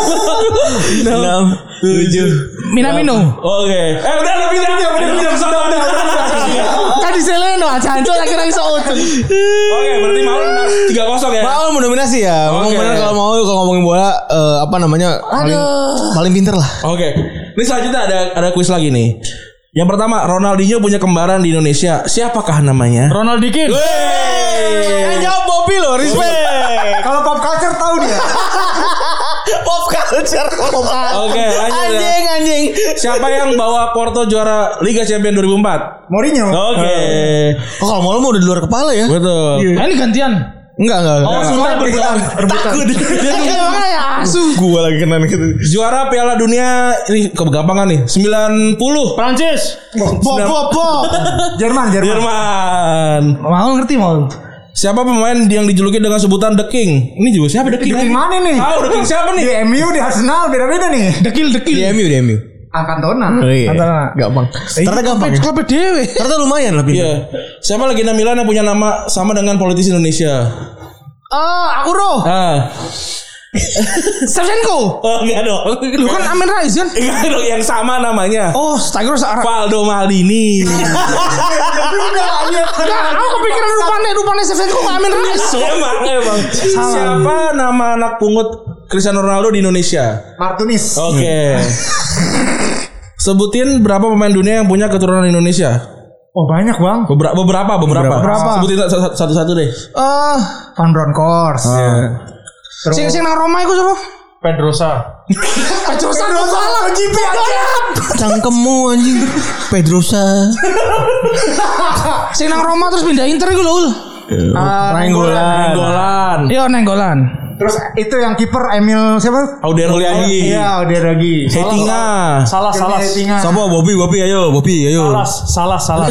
lima, enam, tujuh.
Minamino.
Oke. Eh, udah lebih dari udah lebih dari satu. udah, udah, udah.
Kan di Seleno, cancok akhirnya bisa utun.
Oke, berarti Maul tiga kosong ya.
Maul mendominasi ya. Memang
Oke.
benar kalau mau kalau ngomongin bola eh, apa namanya paling paling pinter lah.
Oke. Ini selanjutnya ada ada kuis lagi nih. Yang pertama, Ronaldinho punya kembaran di Indonesia. Siapakah namanya?
Ronald Dikin.
Yang jawab Bobby loh, respect.
Kalau pop culture tahu dia.
<laughs> Pop culture.
Oke, lanjut ya.
Anjing anjing.
Siapa yang bawa Porto juara Liga Champions 2004?
Mourinho.
Oke.
Oh, kalau mau mau udah di luar kepala ya?
Betul.
Nah, ini gantian. Oh,
Enggak enggak. enggak.
Semua rebutan, rebutan.
Takut.
Ya <laughs> makanya ya asu.
Gua lagi kena gitu.
Juara Piala Dunia ini kegampangan nih. 90
Prancis.
Bo bo bo.
Jerman, Jerman.
Jerman.
Mau ngerti mau.
Siapa pemain yang dijuluki dengan sebutan The King? Ini juga siapa The King?
Di mana nih?
Tahu The King siapa
Di
nih?
MU, di Arsenal beda-beda nih.
Dekil
Di
dekil.
MU di MU.
Angkantona.
Iya. Gampang.
Eh,
Ternyata gampang. ya.
Klub dewe.
Ternyata lumayan lah pinter.
Iya. Siapa legenda Milan yang punya nama sama dengan politisi Indonesia?
Ah, aku ro.
Ah.
Shevchenko.
Oh, enggak dong.
Lu kan Amin Rais kan?
enggak dong yang sama namanya.
Oh, Stagro searah.
Valdo Maldini.
Enggak, aku kepikiran rupanya rupanya Shevchenko sama Amin Rais.
emang emang. Siapa nama anak pungut Cristiano Ronaldo di Indonesia?
Martunis.
Oke. Sebutin berapa pemain dunia yang punya keturunan Indonesia?
Oh banyak bang.
Beberapa beberapa beberapa.
Beberapa.
Sebutin sa- sa- satu-satu deh.
Ah.
Eh,
Van Bronckhorst.
sing sing nang Roma iku sapa?
Pedrosa.
<laughs> Pedrosa Pedrosa lah GP
Cangkemmu anjing. Pedrosa.
Sing nang Roma terus pindah Inter iku lho. Ul.
Ah,
Nainggolan.
Golan.
Iya, Yo nenggolan.
Terus itu yang kiper Emil siapa?
Audian Oliani.
Iya, udah lagi.
Hetinga.
Salah, salah.
Hetinga.
Sopo Bobby, Bobby ayo, Bobby ayo.
Salah, salah, <laughs> salah.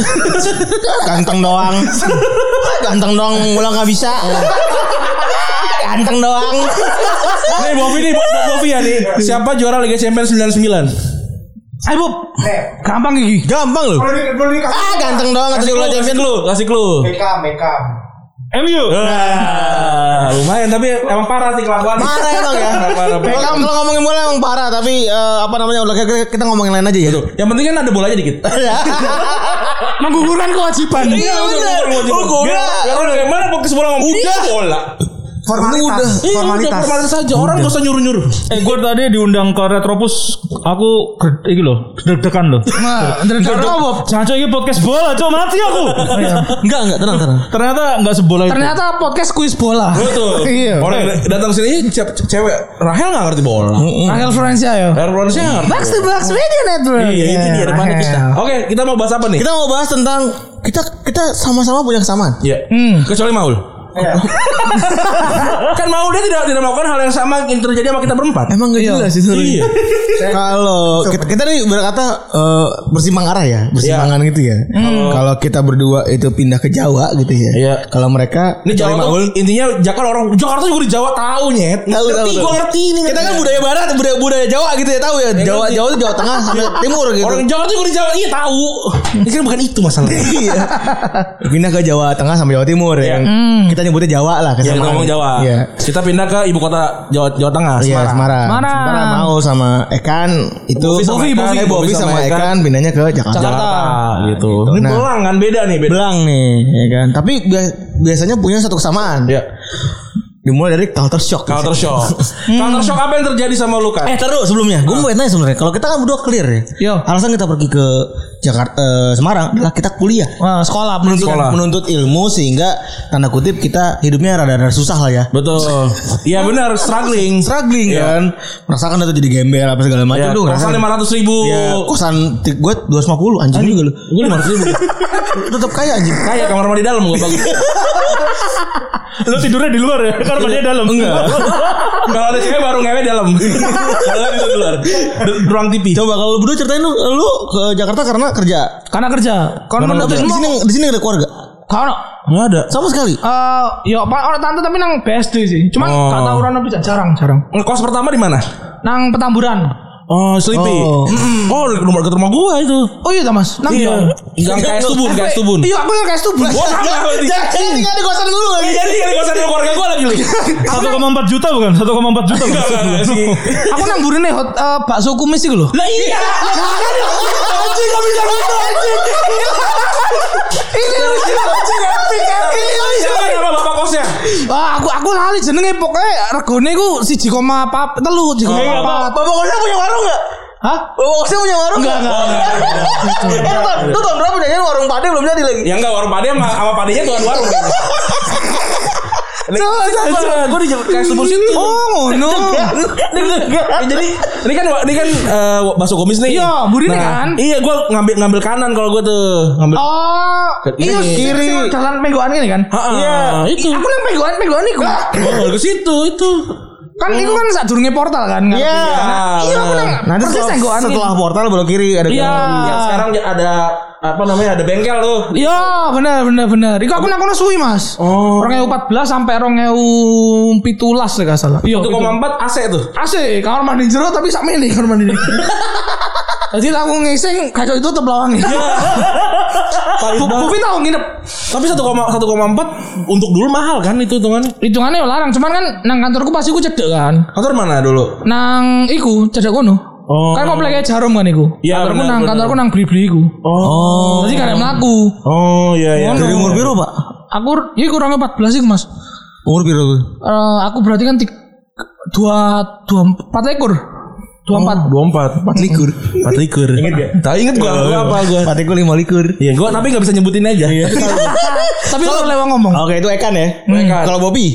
Ganteng doang. Ganteng doang mulang nggak bisa. Ganteng doang.
Nih Bobby nih, Bob- Bobby ya nih. Siapa juara Liga Champions 99?
Ayo Bob.
Eh,
Gampang iki.
Gampang loh.
Perlu di- perlu dikasih.
Ah, ganteng doang atau
Kasih clue, kasih clue, kasih clue.
Mekam, Mekam.
MU.
Wah, lumayan tapi emang parah sih kelakuan.
Parah emang ya.
Parah, parah.
Kalau kalau ngomongin bola emang parah tapi eh, apa namanya udah kita, kita ngomongin lain aja ya.
Yang penting kan ada bolanya dikit.
Menggugurkan kewajiban.
Iya benar.
Biar biar orang gimana fokus bola ngomong udah bola.
Formalitas,
Iya, udah,
formalitas.
formalitas aja. Orang gak usah nyuruh-nyuruh.
Eh gue tadi diundang ke Retropus Aku ger- Iki loh Deg-degan loh
Nah, ternyata apa, Bob? Oh, iya.
Jangan coy ini podcast bola Coba mati
<laughs>
aku
Enggak, enggak tenang, tenang.
Ternyata gak sebola itu
Ternyata podcast kuis bola.
Betul.
Iya.
Orang datang sini ce- ce- cewek Rahel gak ngerti bola.
Angel Florencia ya.
Rahel Ronaldo gak ngerti.
Box to box media network.
Iya, itu dia depannya
Eh.
kita. Oke, kita mau bahas apa nih?
Kita mau bahas tentang kita kita sama-sama punya kesamaan.
Iya. Kecuali Maul.
Iya.
<laughs> kan Maul dia tidak tidak melakukan hal yang sama yang terjadi sama kita berempat.
Emang gak jelas itu.
Iya.
Kalau kita, kita nih berkata eh, bersimbang arah ya, bersimbangan gitu ya. Kalau kita berdua itu pindah ke Jawa gitu ya.
Iya.
Kalau mereka
Ini Jawa tuh, intinya Jakarta orang Jakarta juga di Jawa tahu nyet.
Tahu,
ngerti, gua
tahu, tahu.
ngerti ini.
Kita kan budaya barat, budaya, budaya Jawa gitu ya tahu ya. Jawa Jawa itu Jawa Tengah <laughs> sampai Timur gitu.
Orang Jakarta juga di Jawa iya tahu. Ini kan bukan itu masalahnya.
<laughs> Iya. Pindah ke Jawa Tengah sama Jawa Timur ya. Kita nyebutnya Jawa lah
Ya
kesamaan.
kita ngomong Jawa.
Iya.
Kita pindah ke ibu kota Jawa Jawa Tengah,
Iya,
Semarang.
Semarang.
Semarang.
Sementara mau sama Ekan itu
Bovi sama Ekan.
Eh, Bovi sama Ekan pindahnya ke Jakarta.
Jakarta gitu. Ini
Nah.
Belang kan beda nih, beda.
Belang nih, ya kan. Tapi bia- biasanya punya satu kesamaan.
Ya.
Dimulai dari counter Iya. shock.
Counter
<laughs>
shock. Counter shock apa yang terjadi sama lu kan?
Eh taruh sebelumnya, gue mau nanya sebenarnya. Kalau kita kan berdua clear ya.
Yo.
Alasan kita pergi ke Jakarta eh, Semarang adalah kita kuliah.
Wah, sekolah
Ah,
menurut
Menuntut,
Sekolah.
menuntut ilmu sehingga tanda kutip kita hidupnya rada-rada susah lah ya.
Betul. Iya benar, struggling.
Struggling
Iya.
kan. Merasakan itu jadi gembel apa segala
Ya,
macam tuh.
kosan
ngerasain.
lima ratus ribu.
Ya, kosan gue 250 anjing juga lu.
Iya. Gue lima ratus ribu.
Tetap kaya anjing.
Kayak kamar mandi dalam gue bagus.
Lu tidurnya di luar ya Karena dia
Iya.
dalam Enggak
Kalau ada cewek baru ngewe dalam. Iya. Kalau di luar, Di- ruang TV.
Coba kalau lu berdua ceritain lu, lu ke Jakarta karena kerja.
karena kerja. Karena menuntut
Di sini
ilmu.
di sini ada keluarga.
Karena
Enggak ada.
Sama sekali.
Eh, yo, pak orang tante tapi nang BSD sih. Cuman
Oh.
gak tau orang tapi jarang, jarang.
Ngekos pertama di mana?
Nang Petamburan.
Oh, Sleepy.
Oh.
Mm-mm. Oh, rumah dekat rumah gua itu.
Oh iya, Mas. Nang
Iya.
Dion.
Gang KS Tubun, KS Tubun.
Iya, aku yang kayak tubun.
Gua sama berarti.
Jadi ada kosan dulu lagi.
Iya, Jadi kali kosan sama keluarga gua lagi. <laughs> Li. Iya,
1,4 juta bukan 1,4 juta
Enggak, enggak, enggak, sih.
Aku nang burine hot eh, bakso kumis iku lho.
Lah iya.
Anjing kami bisa foto anjing.
Iya,
Ini kan siapa nama bapak kosnya?
Wah, aku aku lali jenenge pokoknya regane iku 1,4 telu 1,4.
Bapak kosan punya warung enggak?
Hah?
Bapak kosan punya warung enggak? Eh, lu tahun- lu tahun berapa punya warung pade belum jadi lagi.
Ya enggak warung pade sama sama padenya tuan <laughs> warung. Gue di KS Tubun situ.
Oh, ngono.
Ya, jadi ini kan ini kan eh, bakso komis nih.
Iya, burine kan?
Iya, gue ngambil ngambil kanan kalau gue tuh ngambil.
Oh, iya
Kiri.
kiri. Jalan penggoan ini kan?
Ha-ha, itu.
Aku nang penggoan penggoan iku.
Oh, ke situ itu.
Kan iku kan sadurunge portal kan.
Iya.
Ah,
Nah, Iya, aku nang
Nanti
persis
setelah,
tenggokan ini.
setelah portal belok kiri ada
Iya.
Yang sekarang ya ada apa namanya ada bengkel tuh.
Iya, bener bener bener. Iku aku nang kono suwi, Mas.
Oh.
2014 sampai 2017 lek gak salah.
Itu
Iya. itu.
koma empat AC tuh.
Asik, kamar mandi jero tapi sak mili kamar mandi. Jadi aku ngising kacau itu tetep lawangi. Bupi tahu nginep.
Tapi satu koma satu koma empat untuk dulu mahal kan itu tuh kan.
Hitungannya ya larang, cuman kan nang kantorku pasti ku cedek kan.
Kantor mana dulu?
Nang iku cedek kono.
Oh.
Kan kompleknya jarum kan iku.
Iya,
kantorku
benar,
nang
benar.
kantorku nang beli-beli iku.
Oh.
Jadi kan melaku.
Oh iya iya.
Dari umur biru, Pak.
Aku ya kurang 14 iku, Mas.
Umur biru.
Eh, aku berarti kan tik, dua dua empat ekor. Dua empat.
Dua empat.
Empat
<laughs>
likur.
Empat likur. Ingat ya? gak? Tahu inget gua. Gua apa gua?
Empat likur Iya. lima likur.
Iya, gua tapi gak bisa nyebutin aja. <laughs>
Tapi lu lewat ngomong.
Oke itu Ekan ya.
Ekan.
Kalau Bobby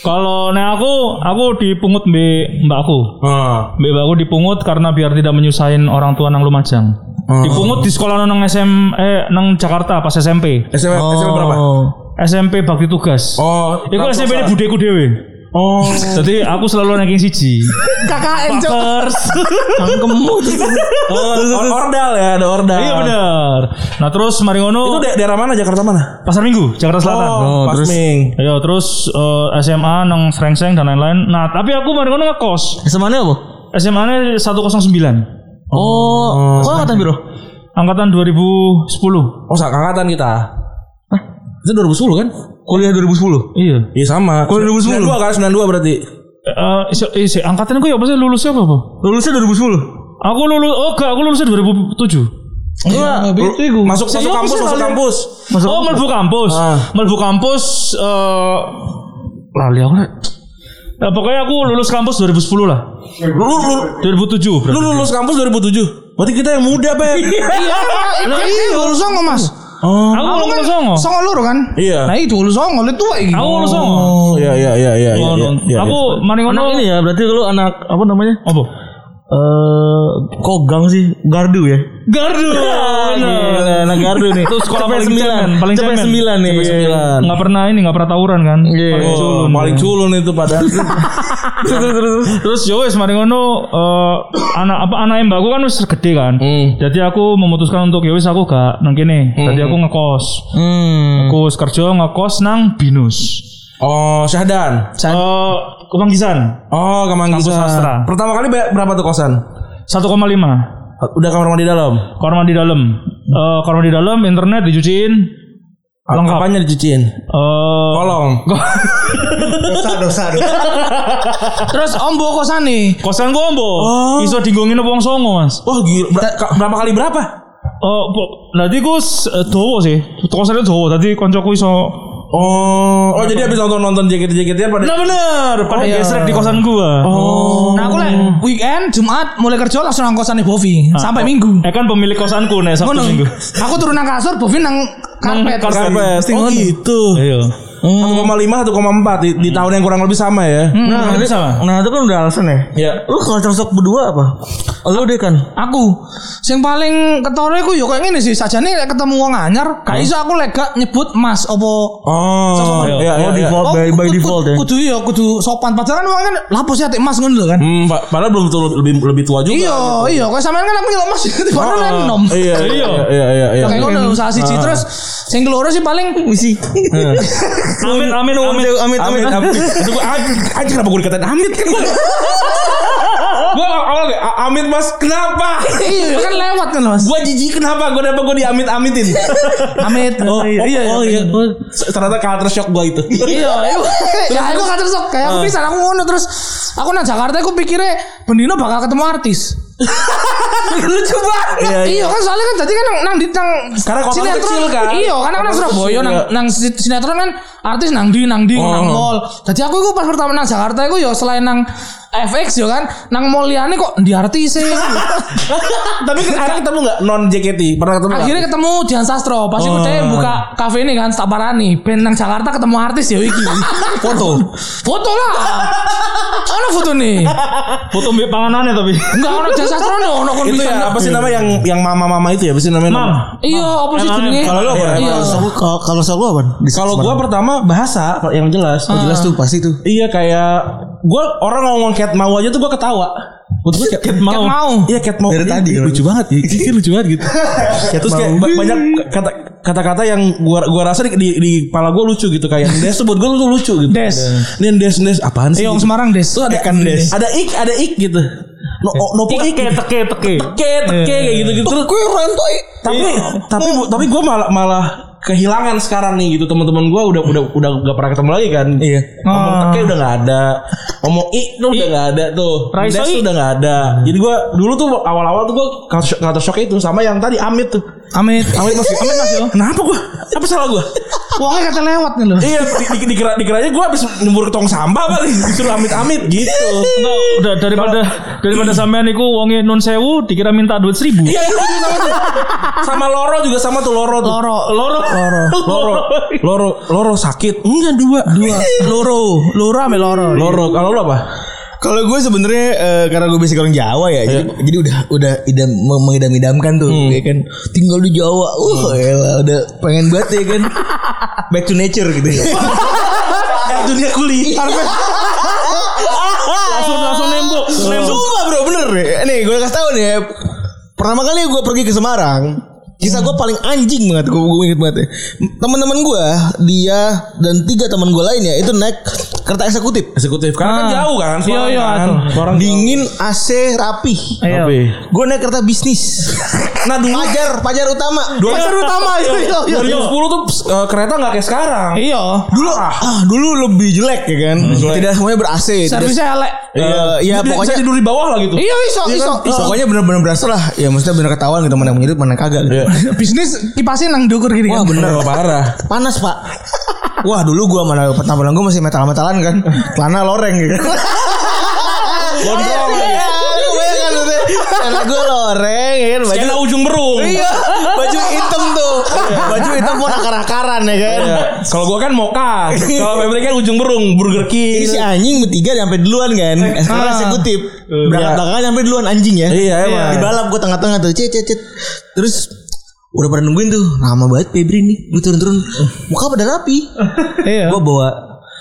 Kalau nah aku Aku dipungut mbak mbak aku
Ah.
Mbak aku dipungut karena biar tidak menyusahin orang tua nang Lumajang. Dipungut di sekolah nang SM eh nang Jakarta pas
Eh,
SMP.
Oh.
Oh.
SMA, SMA berapa?
SMP bakti tugas.
Oh,
Iku SMP ne budeku dhewe.
Oh.
Jadi aku selalu ranking siji.
KKN cok.
Papers.
Tangkemmu itu. ordal ya, ada ordal.
<laughs> Iya benar. Nah terus
Itu
Maringono
da- daerah mana? Jakarta mana?
Pasar Minggu, Jakarta Selatan.
Oh,
Pas-
Pasming.
Iya terus eh, SMA nang Srengseng dan lain-lain. Nah tapi aku Maringono ngekos.
Semuanya apa?
SMA nya 109.
Oh, kok angkatan biro?
Angkatan 2010.
Oh, sak angkatan kita. Itu 2010 kan?
Kuliah 2010.
Iya.
Iya sama.
Kuliah 2010.
92 kan? 92 berarti.
Eh iso- iso- angkatan ku ya apa sih lulusnya apa, apa?
Lulusnya 2010.
Aku lulus oh enggak, aku lulusnya 2007.
Enggak, masuk masuk kampus, masuk kampus.
oh, melbu kampus.
Ah.
Melbu kampus eh lali aku. Lek. Nah, pokoknya aku lulus kampus 2010 lah.
Lu, lu,
2007
lu
berarti.
lulus kampus 2007. Berarti kita yang muda, Beb. <laughs>
Iya, lulus songo mas.
Oh.
Aku
Aku
lulus
kan
songo.
songo loro kan.
Iya.
Nah itu lulus songo, lu tua iki.
Aku lulus songo.
Oh, iya iya iya iya. iya,
Oh,
iya, iya,
Aku mari ngono.
Anak ini ya, berarti lu anak apa namanya?
Apa?
Eh, kogang sih, gardu ya.
Gardu.
<laughs> Gila, anak gardu nih.
Itu sekolah
CPS
paling
sembilan.
cemen, paling
CPS
cemen.
sembilan nih.
Sampai sembilan.
Enggak pernah ini, enggak pernah tawuran kan.
Iya.
Paling
Oh,
culun. ya.
paling culun itu padahal.
Terus yo wis mari ngono eh, anak apa anak mbakku kan wis gede kan.
Hmm.
Jadi aku memutuskan untuk yo wis aku gak nang kene. Jadi aku ngekos.
Hmm.
Aku wis kerja ngekos nang Binus.
oh, Syahdan.
Eh Kebangkisan
Oh, Kamanggisan.
sastra.
Pertama kali be- berapa tuh kosan?
1,5
Udah kamar mandi dalam.
Korma di dalam Eh Korma di dalam Internet dicuciin Lengkap.
Apanya dicuciin?
Eh
Kolong.
dosa dosa dosa
Terus ombo kosane.
Kosan ku ombo
Oh.
Iso dinggongin apa wong songo mas
Wah, gila. Ber- ka- berapa kali berapa?
Eh po- Nanti ku s- eh, dowo sih Kosannya dowo Tadi koncoku iso
Oh, oh jadi habis nonton nonton jaket jaketnya pada.
Nah bener Pada
iya.
gesrek di kosan gua
Oh.
Nah aku lek weekend Jumat mulai kerja langsung nang kosane Bovi sampai Minggu.
Eh kan pemilik kosanku nih Sabtu
Ngono.
minggu
Aku turun nang kasur, Bovi nang karpet.
Karpet. Oh gitu.
Iya
1,5 1,4 di, di tahun yang kurang lebih sama ya.
Nah ini sama
Nah, itu kan udah alasan ya.
Iya.
Lu kalau cocok berdua apa? Lu deh kan.
Aku sing paling ketore aku yo koyo ngene sih, sajane lek ketemu wong anyar, gak iso aku lek gak nyebut Mas apa
Oh, iya, iya,
Oh,
iya.
default by, by
kudu-
default ya.
Kudu ya kudu sopan padahal kan wong kan lapos ya Mas ngono lho kan.
Hmm, pa- padahal belum tua- lebih lebih tua juga.
Iya, iya, kowe sampean kan aku nyelok Mas <laughs> padahal kan nom.
Iya, iya, iya, iya, iya.
Kayak ngono lho, salah siji terus sing keloro sih paling
Misi.
Amin
nah.
amin amin
amit,
Iya. Amit, amit. Itu gua amit. Anjir kenapa gua dikatain amit kan gua. Gua awal deh, "A- amit Mas, kenapa?
<laughs> iya kan lewat kan Mas.
Gua jijik kenapa? Gua dapat gua diamit-amitin.
<laughs> Amit.
Oh, iya, iya.
iya.
Oh, iya. Oh, Ternyata culture shock gua itu.
Iya, iya. ya aku gak terus kayak aku pisan aku ngono terus aku nang Jakarta aku pikirnya Bendino bakal ketemu artis. <laughs> Lucu banget. Iya kan soalnya kan tadi kan nang nang di nang
Karena kota kecil kan.
Iya, karena kan nang
Kota
Surabaya
kecil,
nang
iya.
nang si- sinetron kan artis nang di nang di nang mall. Jadi aku iku pas pertama nang Jakarta aku ya selain nang FX yo kan nang mall liyane kok di artis <laughs> sih.
<laughs> Tapi akhirnya ketemu enggak non JKT? Pernah ketemu nggak?
Akhirnya ketemu Dian Sastro, pas iku dhewe buka kafe ini kan Staparani, ben nang Jakarta ketemu artis ya iki.
foto.
Foto lah. Ono foto nih.
Foto mbak panganannya tapi
Enggak ono jasa astrono ono kon
Itu
bisa.
ya apa sih nama yang yang mama-mama itu ya? Apa sih namanya?
Mam
Iya, apa sih
Yang
jenenge?
aneh. Kalau
lu apa?
Iya.
Kalau saya gua apa?
Kalau gua pertama bahasa yang jelas.
Ah.
jelas tuh pasti tuh.
Iya kayak gua orang ngomong cat mau aja tuh gua ketawa. Menurut gua cat,
Cat mau.
Iya cat mau.
Oh, Dari
Iya,
tadi kan.
lucu banget ya. Kiki lucu banget
<laughs>
gitu. Terus kayak ba- banyak kata kata-kata yang gua gua rasa di di, di kepala gua lucu gitu kayak Des tuh buat gua tuh lucu gitu.
Des.
Nih Des Des apaan sih?
Iya, wong
gitu?
Semarang, Des.
Tuh ada
Des. Eh. Iya,
Ada ik, ada ik gitu. No, oh, nopo ik
Iya. Teke teke teke
teke teke kayak gitu gitu terus gue tapi tapi bu- tapi gue malah malah kehilangan sekarang nih gitu teman-teman gue udah udah udah gak pernah ketemu lagi kan iya ngomong teke udah gak ada ngomong i tuh udah gak ada tuh Des
Raiso I.
tuh udah gak ada jadi gue dulu tuh awal-awal tuh gue kata shock itu sama yang tadi amit tuh
Amit.
amit masih amit masih kenapa gue apa salah <laughs> gue
Wongnya kata lewat nih lho.
iya di, di, dikira dikiranya gue habis nyembur ke tong sampah kali disuruh amit amit gitu
Enggak, udah daripada daripada sampean iku wonge nun sewu dikira minta duit seribu.
Iya, itu juga sama tuh. Sama Loro juga sama tuh Loro tuh.
Loro.
Loro.
Loro. Loro. Loro. Loro sakit. Enggak dua. Dua.
Loro, loro ame loro.
Loro. Kalau lo apa?
Kalau gue sebenarnya eh, karena gue bisa orang Jawa ya, jadi, jadi udah udah idam, meng- mengidam-idamkan tuh, ya kan. Tinggal di Jawa, uh, elah, udah pengen ya. banget ya kan. Back to nature gitu. ya.
Eh dunia kuli. langsung langsung nembok. Nembok.
Sumpah bro bener deh. Nih gue kasih tau nih ya. Pertama kali gue pergi ke Semarang Kisah gue paling anjing banget Gue gue inget banget ya Teman-teman gue Dia Dan tiga teman gue lainnya Itu naik kereta eksekutif
Eksekutif karena kan
Ah.
jauh kan.
Iya, iya,
kan.
atuh.
Orang
Dingin AC rapi
Ayo.
Tapi
Gue naik kereta bisnis Nah dulu Pajar Pajar utama
Dua- ya.
Pajar utama iya, iya, iya.
2010 tuh ps- eh, kereta nggak kayak sekarang.
Iya.
Dulu ah, Dulu lebih jelek ya kan Tidak semuanya ber AC tidak-
Servisnya elek.
Eh,
Hmm, Iya,
ya pokoknya
bisa tidur di bawah lah gitu.
Iya iso iso.
Iya, pokoknya bener-bener berasa lah ya maksudnya bener ketahuan gitu mana yang menyedut mana yang kagak gitu.
Iya.
Bisnis kipasin nang dukur gini
Wah
kan.
bener
parah.
panas pak Wah dulu gua mana penampilan gua masih metal-metalan kan Celana loreng gitu Iya, Gondrong Kebayang kan Celana gua loreng ya kan Baju
Kena ujung berung.
Iya Baju hitam tuh
Iya.
Baju hitam pun akar-akaran ya kan
Kalau gua kan moka. Kalau Febri kan ujung berung, Burger
Ini si
King.
Iya.
anjing bertiga nyampe duluan kan
Eh, ah.
Sekarang eksekutif Berangkat belakangan nyampe duluan anjing ya
Iya, emang.
Di balap gue tengah-tengah tuh cet cet cet. Terus udah pada nungguin tuh lama banget Febri nih gue turun-turun muka pada rapi
<laughs> Iya.
gue bawa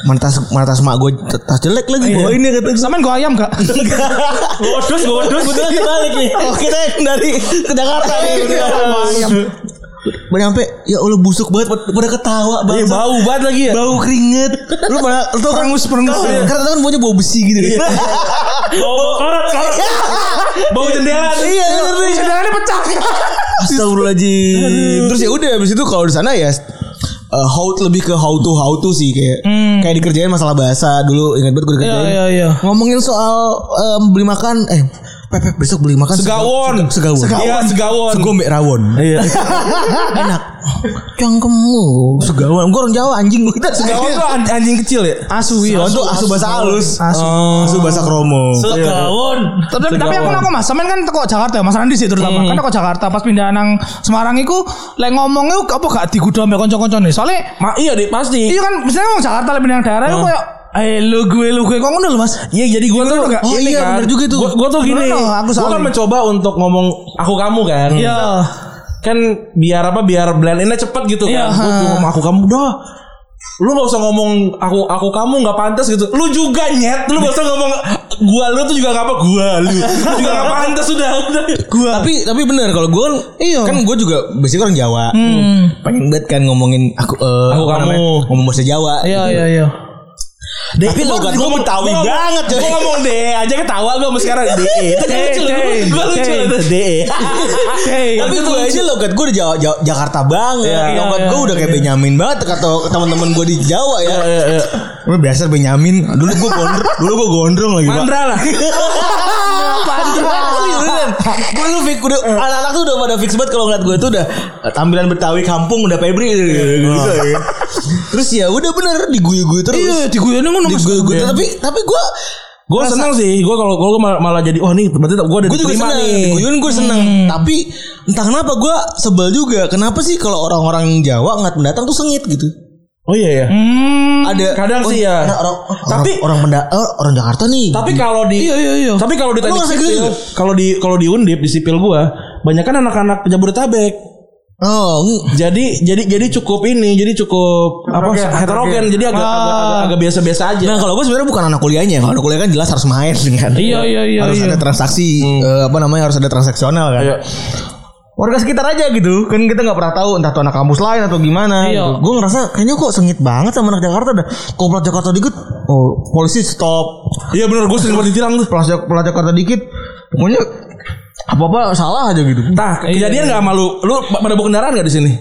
mana tas mana tas mak gue tas jelek lagi bawa ini kata
Iya. Saman gua
<laughs>
ayam gak?
Gua dus, gua dus.
kebetulan kebalik nih oh kita yang dari ke Jakarta nih
Iya.
Pada nyampe ya Allah busuk banget pada ketawa
Iya,
banget
bau banget lagi ya.
bau keringet lu pada lu tau kan
Perengus perengus.
karena kan baunya bau besi gitu kan
Bau Iya. bau karat, karat. Bau jendela.
iya bener nih.
Jendelanya pecah.
Astagfirullahaladzim. Terus ya udah habis itu kalau di sana ya eh, how lebih ke how to how to sih kayak
Hmm.
kayak dikerjain masalah bahasa dulu ingat banget gue
Iya
dikerjain.
iya iya.
Ngomongin soal em, beli makan eh Pepe besok beli makan
Segawon.
segawon.
Iya,
<laughs>
segawon.
Segombe rawon.
Iya.
<laughs> Enak. Cangkemmu. Segawon. Gue orang Jawa anjing gue.
Segawon
Segawon.
tuh an- anjing kecil ya.
Asu iya.
Itu asu bahasa halus.
Asu.
Oh, Asu bahasa kromo.
Segawon.
Tapi, tapi aku ngaku mas, Saman kan teko Jakarta, Mas Andi sih terutama kan teko Jakarta. Pas pindah nang Semarang iku, lek ngomongnya apa gak digudam ya konco-konco nih. Soalnya
Ma iya deh pasti.
Iya kan misalnya orang Jakarta lebih pindah daerah itu kayak Eh lu gue lu gue kok ngono lho Mas?
Iya jadi gue tuh
nggak?
gini
Oh iya, bener juga tuh.
Gue tuh gini.
Bener loh, aku
Gue
salah
kan
nih.
mencoba untuk ngomong aku kamu kan.
Iya.
Kan biar apa biar blend innya cepet gitu kan.
Iya.
Gue ngomong aku kamu udah. Lu gak usah ngomong aku aku kamu gak pantas gitu. Lu juga nyet. Lu gak usah ngomong gua lu tuh juga gak apa gua lu. Lu juga gak pantas udah udah.
Gua. Tapi tapi benar kalau gue kan
Iya. Hmm.
kan gue juga basically orang Jawa. Pengen banget kan ngomongin aku eh,
Aku
apa
kamu.
ngomong bahasa Jawa.
Iya iya iya.
Tapi lo gak gue betawi banget coy.
Gue ngomong deh aja ketawa gue sama sekarang deh. Itu kan
Deh,
lucu loh.
deh,
Gue lucu
deh.
loh deh.
Hei.
Tapi gue Iya, aja logat gue udah Jawa, Jawa- Jakarta banget.
Iya,
logat
iya,
gue udah kayak Benyamin banget kata teman-teman gue di Jawa ya. Gue biasa Benyamin. Dulu gue gondrong, dulu gue gondrong lagi, Pak.
Mandra lah.
Gue tuh fix udah anak-anak tuh udah pada fix banget kalau ngeliat gue tuh udah eh, tampilan Betawi kampung udah Febri gitu.
Iya, Ah.
ya. Terus ya udah bener diguyu-guyu terus.
Iya diguyoni ngono Mas.
Diguyu-guyu terus. tapi tapi gue
Gue seneng sih. Gue kalau kalau gue mal- malah jadi oh nih berarti gue udah
gue juga
diterima
seneng
nih. Hmm.
diguyun gue seneng tapi entah kenapa gue sebel juga kenapa sih kalau orang-orang Jawa ngeliat pendatang tuh sengit gitu
Oh iya ya.
ada
Kadang sih ya.
ada orang, tapi
Tapi-
orang pendatang orang Jakarta nih
Tapi kalau di
Iya iya iya.
Tapi kalau di teknik
ngerasa gitu
sipil,
juga?
kalau di kalau di Undip di sipil gua, banyak kan anak-anak Jabodetabek.
oh nge-
Jadi jadi jadi cukup ini, jadi cukup apa
Heterogen,
heterogen. Jadi agak agak agak- agak biasa-biasa aja.
Nah kalau gue sebenarnya bukan anak kuliahnya Kalau anak kuliah kan jelas harus main <laughs> kan
Iya, iya, iya,
Harus
iya.
ada transaksi eh, Apa namanya harus ada transaksional kan
Iya.
Warga sekitar aja gitu Kan kita gak pernah tahu Entah tuh anak kampus lain atau gimana
Iya.
gitu. Gue ngerasa kayaknya kok sengit banget sama anak Jakarta dah Kalau Jakarta dikit oh, Polisi stop
Iya benar, gua sering banget ditilang tuh.
Pelajar, pelajar Jakarta dikit Pokoknya apa-apa salah aja gitu
Nah, kejadian nggak malu? Lu pada bawa kendaraan nggak di sini?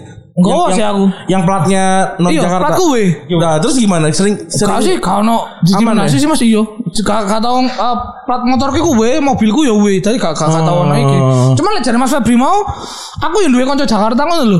Yang-
Bawa sih
yang-
aku.
Yang platnya non
Iya,
Jakarta.
plat gue.
Nah, terus gimana? Sering sering.
Kau sih kau no diskriminasi
ya?
sih Mas iya. Gak gak tau eh, plat motorku ku we, mobilku ya we. Tadi gak gak tau ana iki. Cuma lek jare Mas Febri mau aku yang duwe kanca Jakarta ngono lho.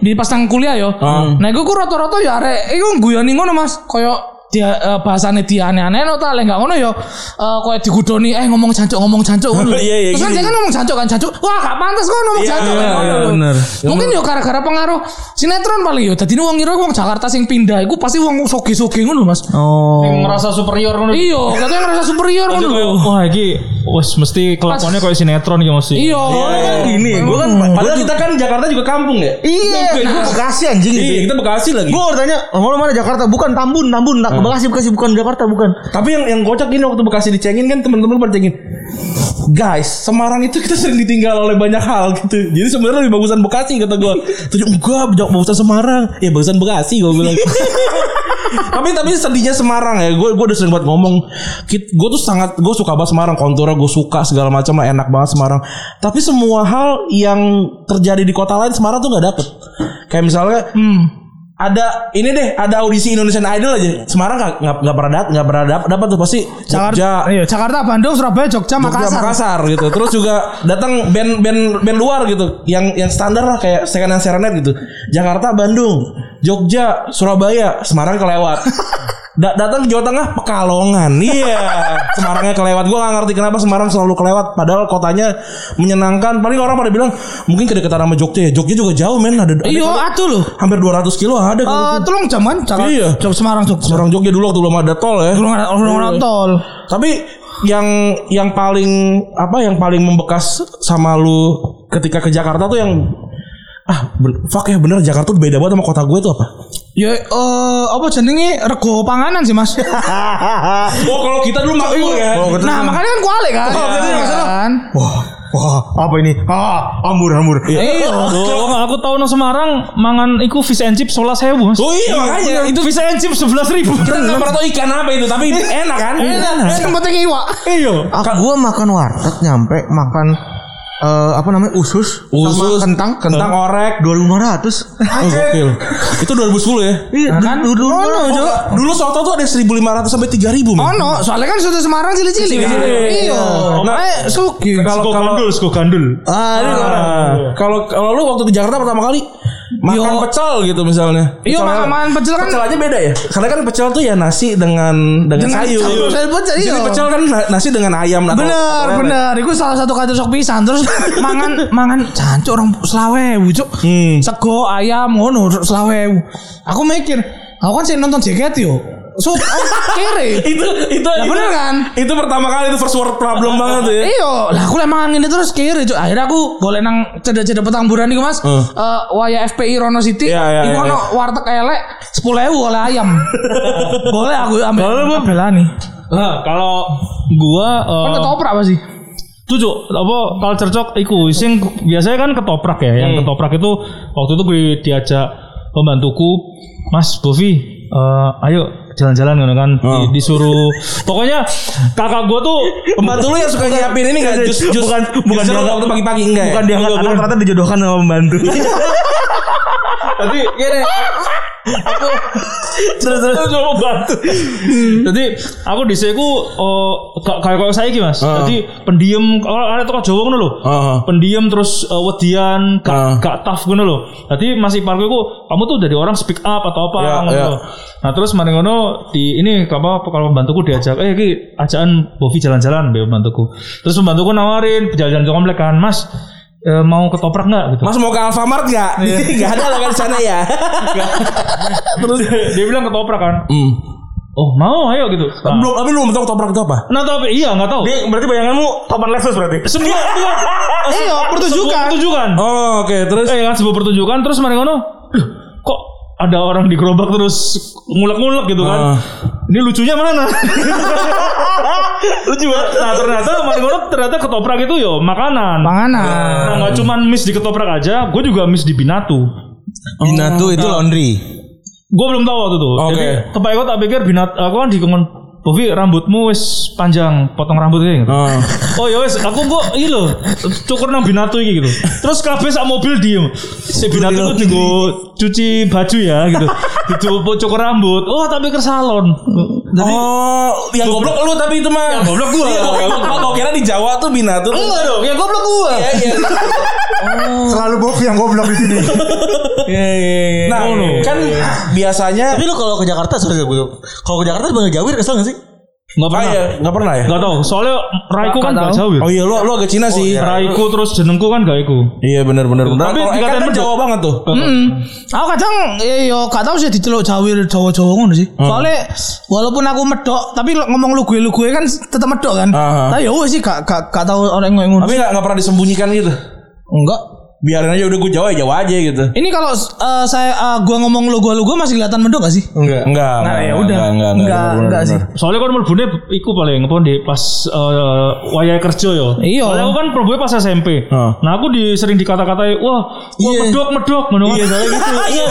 Di pas nang kuliah yo. Nah iku ku rata-rata ya arek iku guyoni ngono Mas, koyo dia eh, bahasane dia aneh-aneh no ta lek gak ngono ya eh, koyo digudoni eh ngomong jancuk ngomong jancuk ngono <laughs> lho.
Iya, iya,
Terus kan
gini.
dia kan ngomong jancuk kan jancuk. Wah gak pantas kok ngomong
Iya,
jancuk.
iya,
kan, ngono
iya,
lho.
bener.
Mungkin yo gara-gara pengaruh sinetron paling yo. Dadi wong ngira wong Jakarta sing pindah iku pasti wong soge-soge ngono lho Mas.
Oh
Ngerasa superior ngono.
Iya, katanya ngerasa superior ngono
Jadi
lho.
kayak, Wah, iki Wes mesti kelakuannya kayak sinetron gitu mesti.
Iya.
gini, gua kan padahal kita kan Jakarta juga kampung ya.
Iya, gue Bekasi anjing gitu.
Iya, kita Bekasi lagi.
Gue tanya, "Rumah lu mana Jakarta? Bukan Tambun, Tambun. Nah,
Hmm.
Bekasi, Bekasi bukan Jakarta, bukan."
Tapi yang yang kocak gini waktu Bekasi dicengin kan teman-teman pada cengin. Guys, Semarang itu kita sering ditinggal oleh banyak hal gitu. Jadi sebenarnya lebih bagusan Bekasi kata gua. Tuh enggak, jauh bagusan Semarang. Ya bagusan Bekasi gua bilang. <laughs> tapi tapi sedihnya Semarang ya. Gue gue udah sering banget ngomong. Gue tuh sangat gue suka banget Semarang. Konturnya gue suka segala macam enak banget Semarang. Tapi semua hal yang terjadi di kota lain Semarang tuh nggak dapet. Kayak misalnya ada ini deh ada audisi Indonesian Idol aja Semarang nggak nggak nggak pernah dapat nggak pernah dapat dapat tuh pasti Jogja
Jakarta, iya, Jakarta, Bandung, Surabaya, Jogja,
Jogja,
Makassar.
Makassar gitu terus juga datang band band band luar gitu yang yang standar lah kayak second and serenet gitu Jakarta Bandung Jogja Surabaya Semarang kelewat Da- datang ke Jawa Tengah Pekalongan iya Semarangnya kelewat gua nggak ngerti kenapa Semarang selalu kelewat padahal kotanya menyenangkan paling orang pada bilang mungkin kedekatan sama Jogja ya Jogja juga jauh men ada, ada
Iya,
kali
atuh loh.
hampir 200 kilo ada kali
Eh,
itu.
tolong jaman Jakarta,
Iya.
Jog Semarang, Jogja.
Semarang Jogja dulu waktu belum ada tol ya.
Orang orang orang tol.
Tapi yang yang paling apa yang paling membekas sama lu ketika ke Jakarta tuh yang ah ben- fuck ya bener Jakarta tuh beda banget sama kota gue tuh apa?
Ya eh apa jenenge rego panganan sih, Mas.
Oh kalau kita dulu makmur ya.
nah, makanya kan kualik kan.
Oh, berarti
Iya
masalah.
kan.
Wah, apa ini? Ah, ambur, ambur.
Iya.
Tuh, aku tahu nang Semarang mangan iku fish and chip 11.000, Mas.
Oh iya makanya
itu fish and chip 11.000.
kita nggak pernah tahu ikan apa itu tapi enak kan?
Yang penting iwak.
Iya.
Aku gua makan warteg nyampe makan eh, apa namanya usus,
Usus,
sama kentang
kentang orek.
dua lima ratus
Oh, gokil. Itu 2010 ya.
iya kan dulu dulu
Oh, dulu soto tuh ada 1500 sampai 3000 men.
Ono, soalnya kan soto Semarang cilik-cilik kan.
Cilik-cilik.
Iya.
Nah,
Makanya sugi.
Kalau
Sego
kalau
gandul, sego gandul.
Ah, kalau kalau lu waktu ke Jakarta pertama kali makan
Yo.
pecel gitu misalnya.
Iya,
Pecelnya-
makan- makan pecel kan-
Pecel aja beda ya. Karena kan pecel tuh ya nasi dengan dengan,
Dengan
sayur.
campur sayur pecel,
Di sini
iya.
pecel kan na- nasi dengan ayam atau-
Bener,
atau lele.
bener. Iku salah satu kado sok pisan terus <laughs> mangan mangan jancuk orang selawe wucuk.
Hmm.
Sego ayam ngono selawe. Aku mikir, aku kan sih nonton JKT yo. So,
<laughs>
kere.
Itu itu
Lah,
itu-
bener kan?
Itu pertama kali itu first world
<laughs>
problem banget tuh ya.
Iya, lah aku lek mangan ngene terus kere cuk. Akhirnya aku golek nang cedek-cedek petamburan iku Mas. Eh
Eh.
waya FPI Rono City.
Iya, iya,
iku
iya,
ono warteg elek 10.000 oleh
<laughs>
ayam. Boleh aku ya, ambil. Boleh, belani.
Lah, kalau gua eh,
Kan ketoprak apa sih?
Tuh Cuk. apa culture shock iku sing biasanya kan ketoprak ya.
Hmm.
Yang ketoprak itu waktu itu gue diajak pembantuku, Mas Bovi, eh, ayo jalan-jalan gitu kan
Hmm.
Di- disuruh pokoknya kakak gue tuh
Pembantu lu yang suka nyiapin ini enggak jus jus bukan bukan waktu pagi-pagi enggak. ya?
bukan dia
Enggak,
anak ternyata dijodohkan sama pembantu
Jadi gini aku terus terus coba bantu. Jadi aku di sini kayak kayak saya gitu mas. Jadi pendiam kalau ada tukang Jawa ngono lho.
Heeh.
Pendiam terus eh, wedian, gak
Heeh.
gak tough ngono lho. Jadi masih parku iku kamu tuh dari orang speak up atau apa
Iya,
ngono
iya.
lho. Nah terus mari ngono di ini apa kalau pembantuku diajak eh ki ajakan Bovi jalan-jalan be pembantuku. Terus pembantuku nawarin jalan-jalan ke komplek kan, Mas. eh, mau ketoprak nggak gitu.
<laughs> Mas mau ke Alfamart enggak? <laughs> Enggak ada lah kan di sana <laughs> ya.
Terus <laughs> dia bilang ketoprak kan.
Hmm.
Oh mau ayo gitu. Nah,
Belum tapi lu belum tahu ketoprak itu apa?
nah tapi iya nggak tahu.
berarti bayanganmu topan Lexus berarti.
Semua Eh, semua-
Iya,
sebuah
pertunjukan.
pertunjukan.
Oh, oke, terus
Eh kan sebuah pertunjukan terus mari ngono. "Loh, Kok ada orang digerobak terus ngulek-ngulek gitu
Ah.
kan. Ini lucunya mana? Lucu banget. Nah ternyata mari ngono ternyata ketoprak itu yo makanan.
Iya.
Panganan.
Nah, nggak cuman miss di ketoprak aja, gue juga miss di binatu.
Binatu itu
nah.
laundry
Gue belum tahu waktu itu.
Oh, Oke.
Jadi kepake gue tak pikir binat aku kan dikongkon Bovi rambutmu wis panjang, potong rambut ini.
Oh.
Oh ya wis, aku kok iki lho, cukur nang binatu iki gitu. Terus kabeh sak mobil diem. Si binatu ku dienggo cuci baju ya gitu. Dicupuk cukur rambut. Oh, tapi ke salon. Jadi
oh, yang goblok lu tapi itu mah. Yang goblok gua. Iya, goblok. Gua- gua kira di Jawa tuh binatu. tuh.
Enggak dong, ya goblok gua.
Iya, iya.
Selalu Bovi yang goblok di
<laughs>
sini.
Nah, kan biasanya
tapi lu kalau ke Jakarta sorry gue kalau ke Jakarta panggil Jawir kesel gak sih
Enggak pernah.
Kaya, nggak pernah ya?
Enggak Iya. tahu. Soalnya Raiku kan gak jauh ya.
Oh iya, lu lu agak Cina sih.
Raiku terus jenengku kan gak iku.
Iya benar-benar.
Tapi
Nah, kalau
dikatain
ikan kan
medok.
Jawa banget tuh.
Hmm. Aku kadang ya yo gak tau sih diceluk Jawa Jawa-Jawa ngono sih. Soalnya walaupun aku medok tapi lo- ngomong lu gue lu gue kan tetap medok kan.
Aha.
Tapi ya wes sih gak gak gak tau orang yang ngono.
Tapi nggak nggak pernah disembunyikan gitu.
Enggak.
Biarin aja udah gue Jawa ya Jawa aja gitu.
Ini kalau eh, saya eh, gua ngomong lu gue lu gue masih kelihatan medok gak sih?
Enggak. Enggak.
Nah,
enggak,
ya udah.
Enggak, enggak,
Enggak,
benar-benar,
enggak sih.
benar.
Soalnya kan melbune iku paling apa di pas eh, wayahe kerja yo.
Iya.
Soalnya aku kan proboe pas
Heeh.
SMP.
Iya.
Nah, aku di, sering dikata-katai, wah, wah medok medok ngono kan
<laughs>
misalnya gitu.
Iya,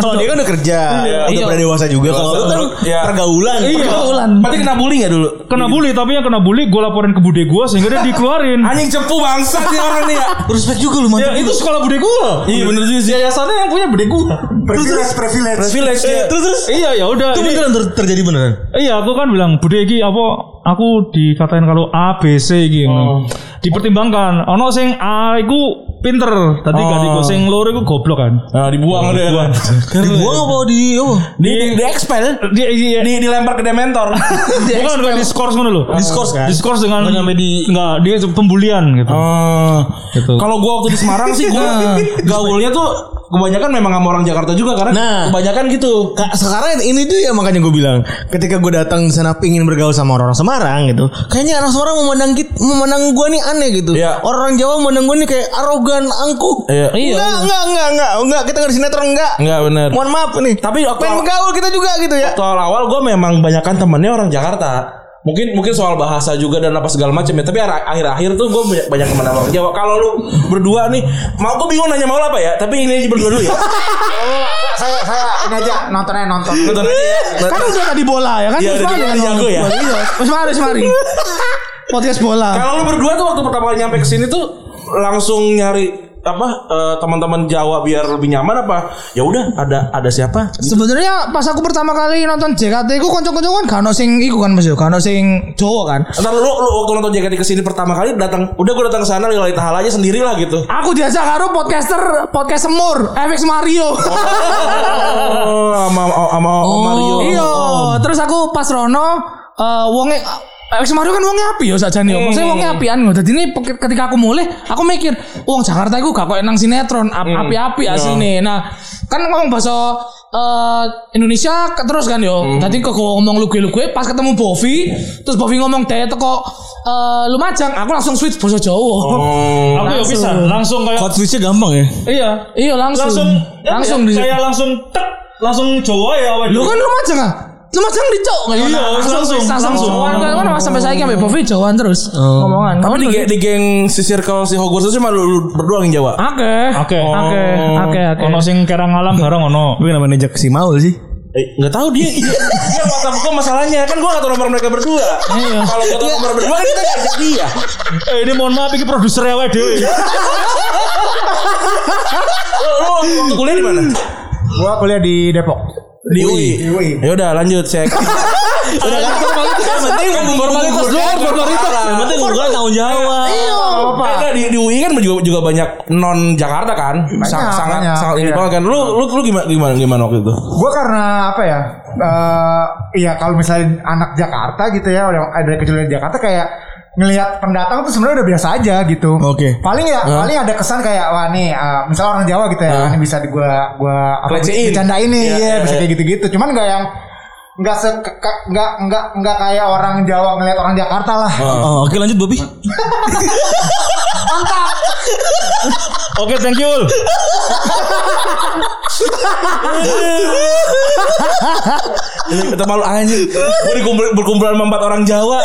soalnya dia kan udah kerja, udah
Iya.
pernah dewasa juga. Kalau lu kan
Iya.
pergaulan.
Pergaulan.
Berarti kena bully nggak dulu?
Kena bully, tapi yang kena bully gue laporin ke bude gue sehingga dia dikeluarin.
Anjing cepu bangsa nih orang nih ya.
Respect juga lu
ya, itu sekolah bude gue.
Iya bener juga sih.
Yayasannya yang punya bude gue.
Privilege, privilege.
Privilege dia.
Terus terus
iya, ya udah.
itu
ini-
beneran ter- terjadi beneran.
Iya, aku kan bilang Bude iki apa aku dikatain kalau A B C iki ngono. Dipertimbangkan. Ono sing A iku pinter, tadi gak
Oh.
digo sing loro iku goblok kan.
Nah, dibuang udah ya.
Dibuang apa di apa?
Di di expel.
Dia iya
Di dilempar ke <laughs> dementor.
bukan bukan diskors ngono lho.
Diskors kan.
Diskors dengan
Nggak nyampe di-
enggak dia pembulian gitu.
Oh.
Gitu.
Kalau gua waktu di Semarang sih gua gaulnya tuh kebanyakan memang sama orang Jakarta juga karena
Nah.
kebanyakan gitu.
Kak, sekarang ini tuh ya makanya gue bilang ketika gue datang ke sana pingin bergaul sama orang-orang Semarang gitu kayaknya orang Semarang memandang kita memandang gue nih aneh gitu
Iya.
orang Jawa memandang gue nih kayak arogan angkuh
Iya.
enggak enggak enggak enggak enggak kita nggak di sinetron enggak
Enggak benar.
mohon maaf nih
Tapi waktu
pengen bergaul kita juga gitu ya
waktu awal gue memang banyakkan temennya orang Jakarta. Mungkin mungkin soal bahasa juga dan apa segala macam ya. Tapi ara- akhir-akhir tuh gue banyak, banyak teman sama orang Jawa. Kalau lu berdua nih, mau gue bingung nanya mau lu apa ya? Tapi ini aja berdua dulu ya.
Saya saya ini aja nontonnya nonton.
Nonton aja ya.
Kan udah tadi bola ya kan.
Iya, udah
Wis
bola
mari kan ngomong
jago ya.
bola. Iya, wis mari wis mari. Podcast bola.
Kalau lu berdua tuh waktu pertama kali nyampe ke sini tuh langsung nyari apa eh, teman-teman Jawa biar lebih nyaman apa? Ya udah ada ada siapa?
Sebenarnya pas aku pertama kali nonton JKT ku kanca-kanca kan gak ono sing iku kan Mas yo, gak ono sing Jawa kan.
Ntar lu, lu waktu nonton JKT ke sini pertama kali datang, udah gue datang ke sana lillahi taala aja sendiri lah gitu.
Aku diajak karo podcaster podcast semur, FX Mario.
Oh, sama sama Om
Oh,
Mario.
Iya, terus aku pas Rono eh wonge eh, Wis Mario kan wonge api ya sajane ya. Maksudnya wonge
Eh.
apian ngono. Dadi ini pe- ketika aku mulai, aku mikir, wong Jakarta iku gak koyo nang sinetron, ap-
Hmm.
api-api
Iya.
asline. Nah, kan ngomong bahasa eh, Indonesia ke- terus kan
Hmm.
yo. Dadi kok gua ngomong lugu-lugu pas ketemu Bovi, terus Bovi ngomong daya teko eh, Lumajang, aku langsung switch bahasa Jawa.
Oh.
Aku ya bisa langsung kayak
hot switchnya gampang ya
iya.
Iya, langsung.
Langsung
langsung
ya,
di
kayak langsung tek langsung Jawa ya awet.
Lu kan lumajang ah. Lumajang dicok Nah, kayak
Iya, langsung, langsung.
Jawaan kan kan sampai saya sampai Bovi Jawaan terus ngomongan.
Tapi di, ge- di geng si circle si Hogwarts itu cuma lu, lu berdua yang Jawa.
Oke.
Oke. Oh.
Oke, oke, oke.
Ono sing kerang alam bareng ono.
tapi kenapa nejak si Maul sih
Eh, nggak tahu dia. dia WhatsApp gue masalahnya kan gue nggak tahu nomor mereka berdua. Kalau gue tahu nomor berdua kan kita ngajak dia.
Eh ini mohon maaf iki produser ya, awet dhewe.
Kan
Lu, lu waktu kuliah di mana?
Gua kuliah di Depok.
Di UI.
Di UI.
Ya udah lanjut cek.
udah kan yang penting
kan Formalitas doang, formalitas.
Iya,
yang penting gue tanggung jawab
Apa? di, di UI kan juga juga banyak non Jakarta kan. Sang-
Banyak,
sangat
banyak.
sangat ini
Iya.
banget kan. Lu lu lu gimana gimana gimana waktu itu?
Gue karena apa ya? eh iya kalau misalnya anak Jakarta gitu ya, udah ada kecil dari Jakarta kayak ngelihat pendatang tuh sebenarnya udah biasa aja gitu.
Oke.
Paling ya, paling ada kesan kayak wah nih, eh, misalnya orang Jawa gitu ya, ini bisa di gua gua apa
Pelecehin.
bercanda ini,
Iya,
ya,
iya,
bisa
iya.
kayak gitu-gitu. Cuman nggak yang nggak se ke- ke- nggak nggak nggak kayak orang Jawa ngelihat orang Jakarta lah.
Oh, oke lanjut Bobby
Oke, thank you. Ul.
Ini kita malu anjing. Gue dikumpul berkumpulan sama empat orang Jawa.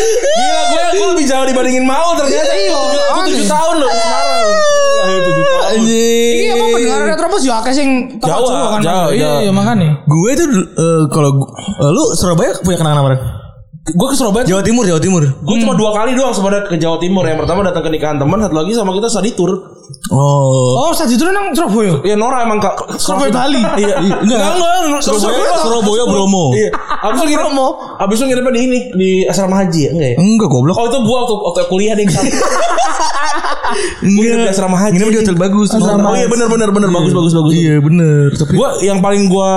Gila gue gue lebih Jawa dibandingin mau ternyata. Iya. Gue tujuh tahun loh sekarang. Ayo, tujuh tahun.
Iya, apa pendengar Retropos ya akeh sing teko
Jawa,
Jawa kan.
Jawa,
Iya,
Jawa.
iya makane.
gue tuh eh, kalau gua- eh, lu Surabaya punya kenangan apa Ren?
Gue ke Surabaya.
Jawa Timur Jawa Timur
Gue cuma dua kali doang sebenarnya ke Jawa Timur. Yang pertama datang ke nikahan teman, satu lagi sama kita study tour.
oh
Oh, saat itu nang Surabaya.
Ya Nora emang kak
Surabaya Bali.
Iya, iya.
Enggak.
enggak.
Surabaya, Surabaya Bromo.
Iya. Abis itu ngirim
Bromo.
Abis itu ngirimnya di ini di asrama haji ya, enggak ya?
Enggak goblok.
Oh itu gua waktu, waktu kuliah deh. Mungkin di asrama haji.
Ini di hotel bagus.
Oh iya benar benar benar bagus bagus bagus.
Iya bener. Tapi
Gua yang paling gua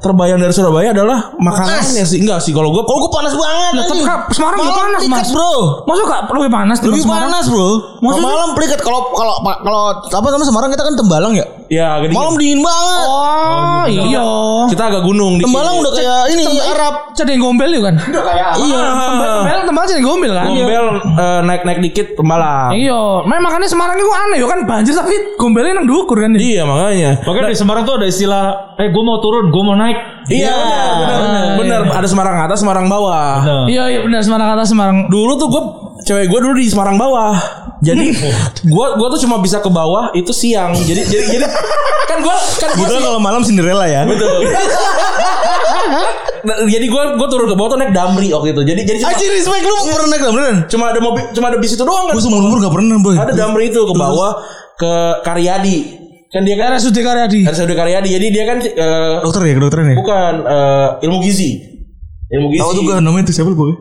terbayang dari Surabaya adalah makanannya sih. Enggak sih kalau gue
Kalau gue Oh, panas banget.
Lah,
anjing.
tapi Nah, Kak, Semarang juga
Malam
panas,
pliket,
Mas.
bro.
Masa gak perlu panas di
Lebih
Semarang?
panas bro.
Maksudnya?
Malam pliket kalau kalau kalau apa namanya Semarang kita kan Tembalang ya.
ya agak dingin.
Malam dingin banget.
Iya. Oh, iya.
Kita agak gunung dikit.
Tembalang udah kayak ini Arab.
Cedeng gombel juga kan?
Iya.
Gombel tempat cedeng gombel kan?
Gombel eh, naik-naik dikit Tembalang.
Iya, memang makanya Semarang itu aneh ya kan banjir tapi gombelnya nang dukur kan. ya.
Iya makanya.
Makanya di Semarang tuh ada istilah, eh gue mau turun, gue mau naik.
Iya, benar, benar. Benar, ada Semarang atas, Semarang bawah.
Nah,
Iya, iya benar Semarang kata Semarang.
Dulu tuh gue cewek gue dulu di Semarang bawah.
<laughs>
Jadi gue gua tuh cuma bisa ke bawah itu siang. Jadi jadi jadi kan gue kan gua
Betul
sih-
kalau malam Cinderella ya.
betul. Nah, jadi gue gue turun ke bawah tuh naik Damri waktu itu. Jadi jadi cuma,
Anjir respect lu pernah naik nggak beneran?
cuma ada mobil cuma ada bis itu doang kan.
Gue seumur umur gak pernah boy.
Ada Damri itu ke bawah ke Karyadi. Kan dia kan
RSUD Karyadi.
RSUD Karyadi. Jadi dia kan eh,
Dokter ya kedokteran ya.
bukan eh, ilmu gizi. Ilmu
Iya.
gizi.
Tahu tuh gue namanya itu siapa lupa gue.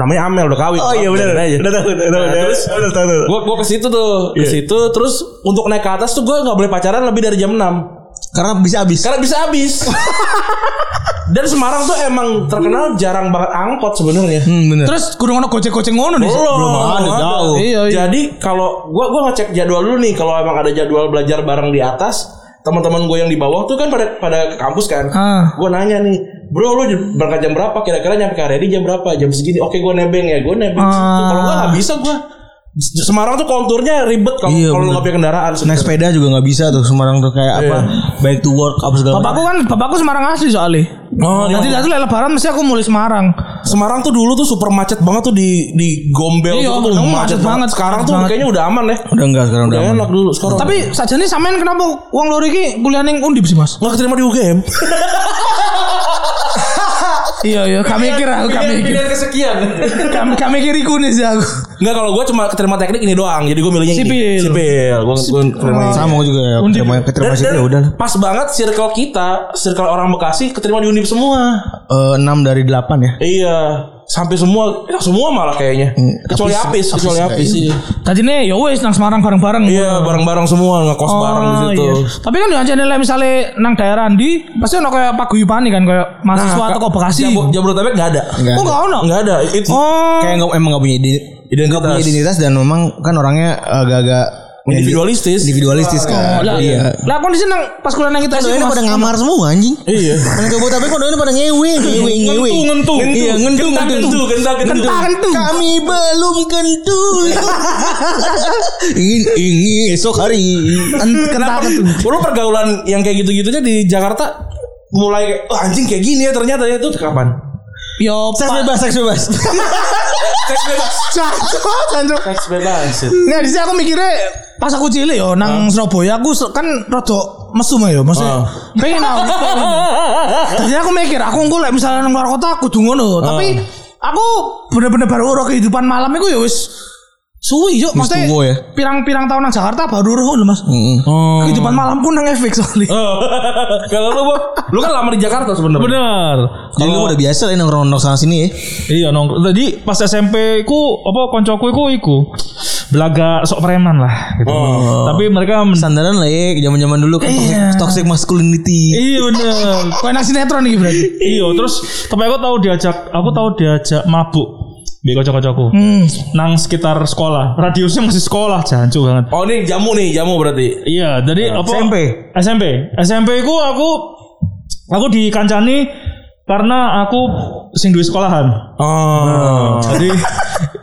namanya Amel udah kawin.
Oh iya benar. Udah tahu
Nah,
udah tahu. udah-
terus-
udah tahu. tahu.
Gue gua ke situ tuh, ke
Iya.
situ terus untuk naik ke atas tuh gue nggak boleh pacaran lebih dari jam 6
Karena bisa habis.
Kan?
karena bisa habis. Dan Semarang tuh emang terkenal jarang banget angkot sebenarnya.
Hmm bener.
Terus kudu ngono gocek-gocek ngono nih.
Belum
ada, jauh.
Iya, iya.
Jadi kalau gua gua ngecek jadwal dulu nih kalau emang ada jadwal belajar bareng di atas, teman-teman gue yang di bawah tuh kan pada pada ke kampus kan.
Ah.
Gue nanya nih, "Bro, lu j- berangkat jam berapa? Kira-kira nyampe ke Aredi jam berapa? Jam segini." Oke, gue nebeng ya. Gue nebeng
Ah.
situ. Kalau gua nggak bisa gua Semarang tuh konturnya ribet kalau
Iya,
kalau lu
bener.
nggak punya kendaraan.
Naik
sebenarnya.
sepeda juga nggak bisa tuh Semarang tuh kayak
Iya.
apa baik to work apa segala.
Bapakku kan bapakku Semarang asli soalnya.
Oh,
Nanti
iya.
nanti lah lebaran mesti aku mulai Semarang.
Semarang tuh dulu tuh super macet banget tuh di di Gombel
Iya,
gitu tuh
emang macet banget.
Sekarang tuh
Macet banget.
kayaknya udah aman ya.
Udah enggak sekarang udah.
Udah
aman.
enak dulu sekarang.
Tapi sajane sampean kenapa uang loro iki kuliah ning Undip sih, Mas?
nggak keterima di UGM.
Iya, iya, kami kira,
iya.
kami kira.
kesekian.
Kami kami kiri kunis ya aku.
Enggak kalau gue cuma keterima teknik ini doang. Jadi gue milihnya ini.
Sipil.
Sipil. Gue gue keterima ini.
Sama gua juga ya. Sama yang keterima sih ya udah. lah.
pas banget circle kita, circle orang Bekasi keterima di Unip semua.
Eh, Enam dari delapan ya.
Iya, sampai semua eh, semua malah kayaknya.
Hmm,
Kecuali
Apis.
Apis, kecuali
Apis,
Apis. Iya,
Tadi nih ya wes nang Semarang bareng-bareng.
Iya, bareng-bareng semua ngekos bareng di situ.
iya. Tapi kan yang jadi misalnya nang daerah Andi, pasti ono kayak paguyuban nih kan kayak mahasiswa atau kok Bekasi.
Nah, Jabo- Jabodetabek enggak ada.
Nggak
Oh, enggak ono.
Enggak ada. Itu
Oh.
Kayak nggak emang nggak punya ide- nggak punya identitas dan memang kan orangnya agak-agak
individualistis.
individualistis
Oh,
kan.
lah,
Iya.
lah kondisi nang pas kuliah nang kita
Doainnya pada ngamar semua anjing.
Iya.
Mana ke Botabek kok doainnya pada ngewe, ngewe, ngewe.
Ngentu, ngentu.
Iya, ngentu,
Gentak,
ngentu.
gentu, gentak, gentu.
Kami belum
<laughs>
kentut. ingin ingin esok hari.
kenapa tuh?
Lu pergaulan yang kayak gitu-gitunya di Jakarta mulai kayak oh, anjing kayak gini ya ternyata ya itu kapan?
Yo,
Seks <laughs>
Pak.
bebas, seks bebas.
Seks bebas. Seks bebas.
Nah, di sini aku mikirnya pas aku cilik yo nang Surabaya aku se- kan rada mesum ya, maksudnya
Ah.
pengen <laughs> aku. Tadi aku mikir, aku engko lek misalnya nang luar kota aku dungo tapi aku bener-bener baru ora kehidupan malam iku ya wis suwi yo maksudnya
tunggu ya.
pirang-pirang tahun nang Jakarta baru roh lho Mas.
Oh.
Gitu.
Kehidupan malamku nang efek soalnya.
Kalau lu, Bob, lu kan lama di Jakarta sebenarnya.
Bener.
Jadi
Oh.
lu udah biasa lah nongkrong-nongkrong sana sini ya.
Iya nongkrong. Tadi pas SMP ku apa koncoku iku iku belaga sok preman lah gitu.
Oh.
Tapi mereka men-
Sandaran lah ya, zaman-zaman dulu kan toxic- toxic masculinity.
Iya bener.
Kayak nang sinetron iki berarti.
iya terus tapi aku tahu diajak aku tahu diajak mabuk Bi kocok-kocokku
Hmm.
Nang sekitar sekolah Radiusnya masih sekolah Jancu banget
Oh ini jamu nih, jamu berarti. Eh,
Iya, jadi apa?
SMP.
SMP. SMP ku aku aku dikancani karena aku sing duwe sekolahan.
Oh. <laughs>
Jadi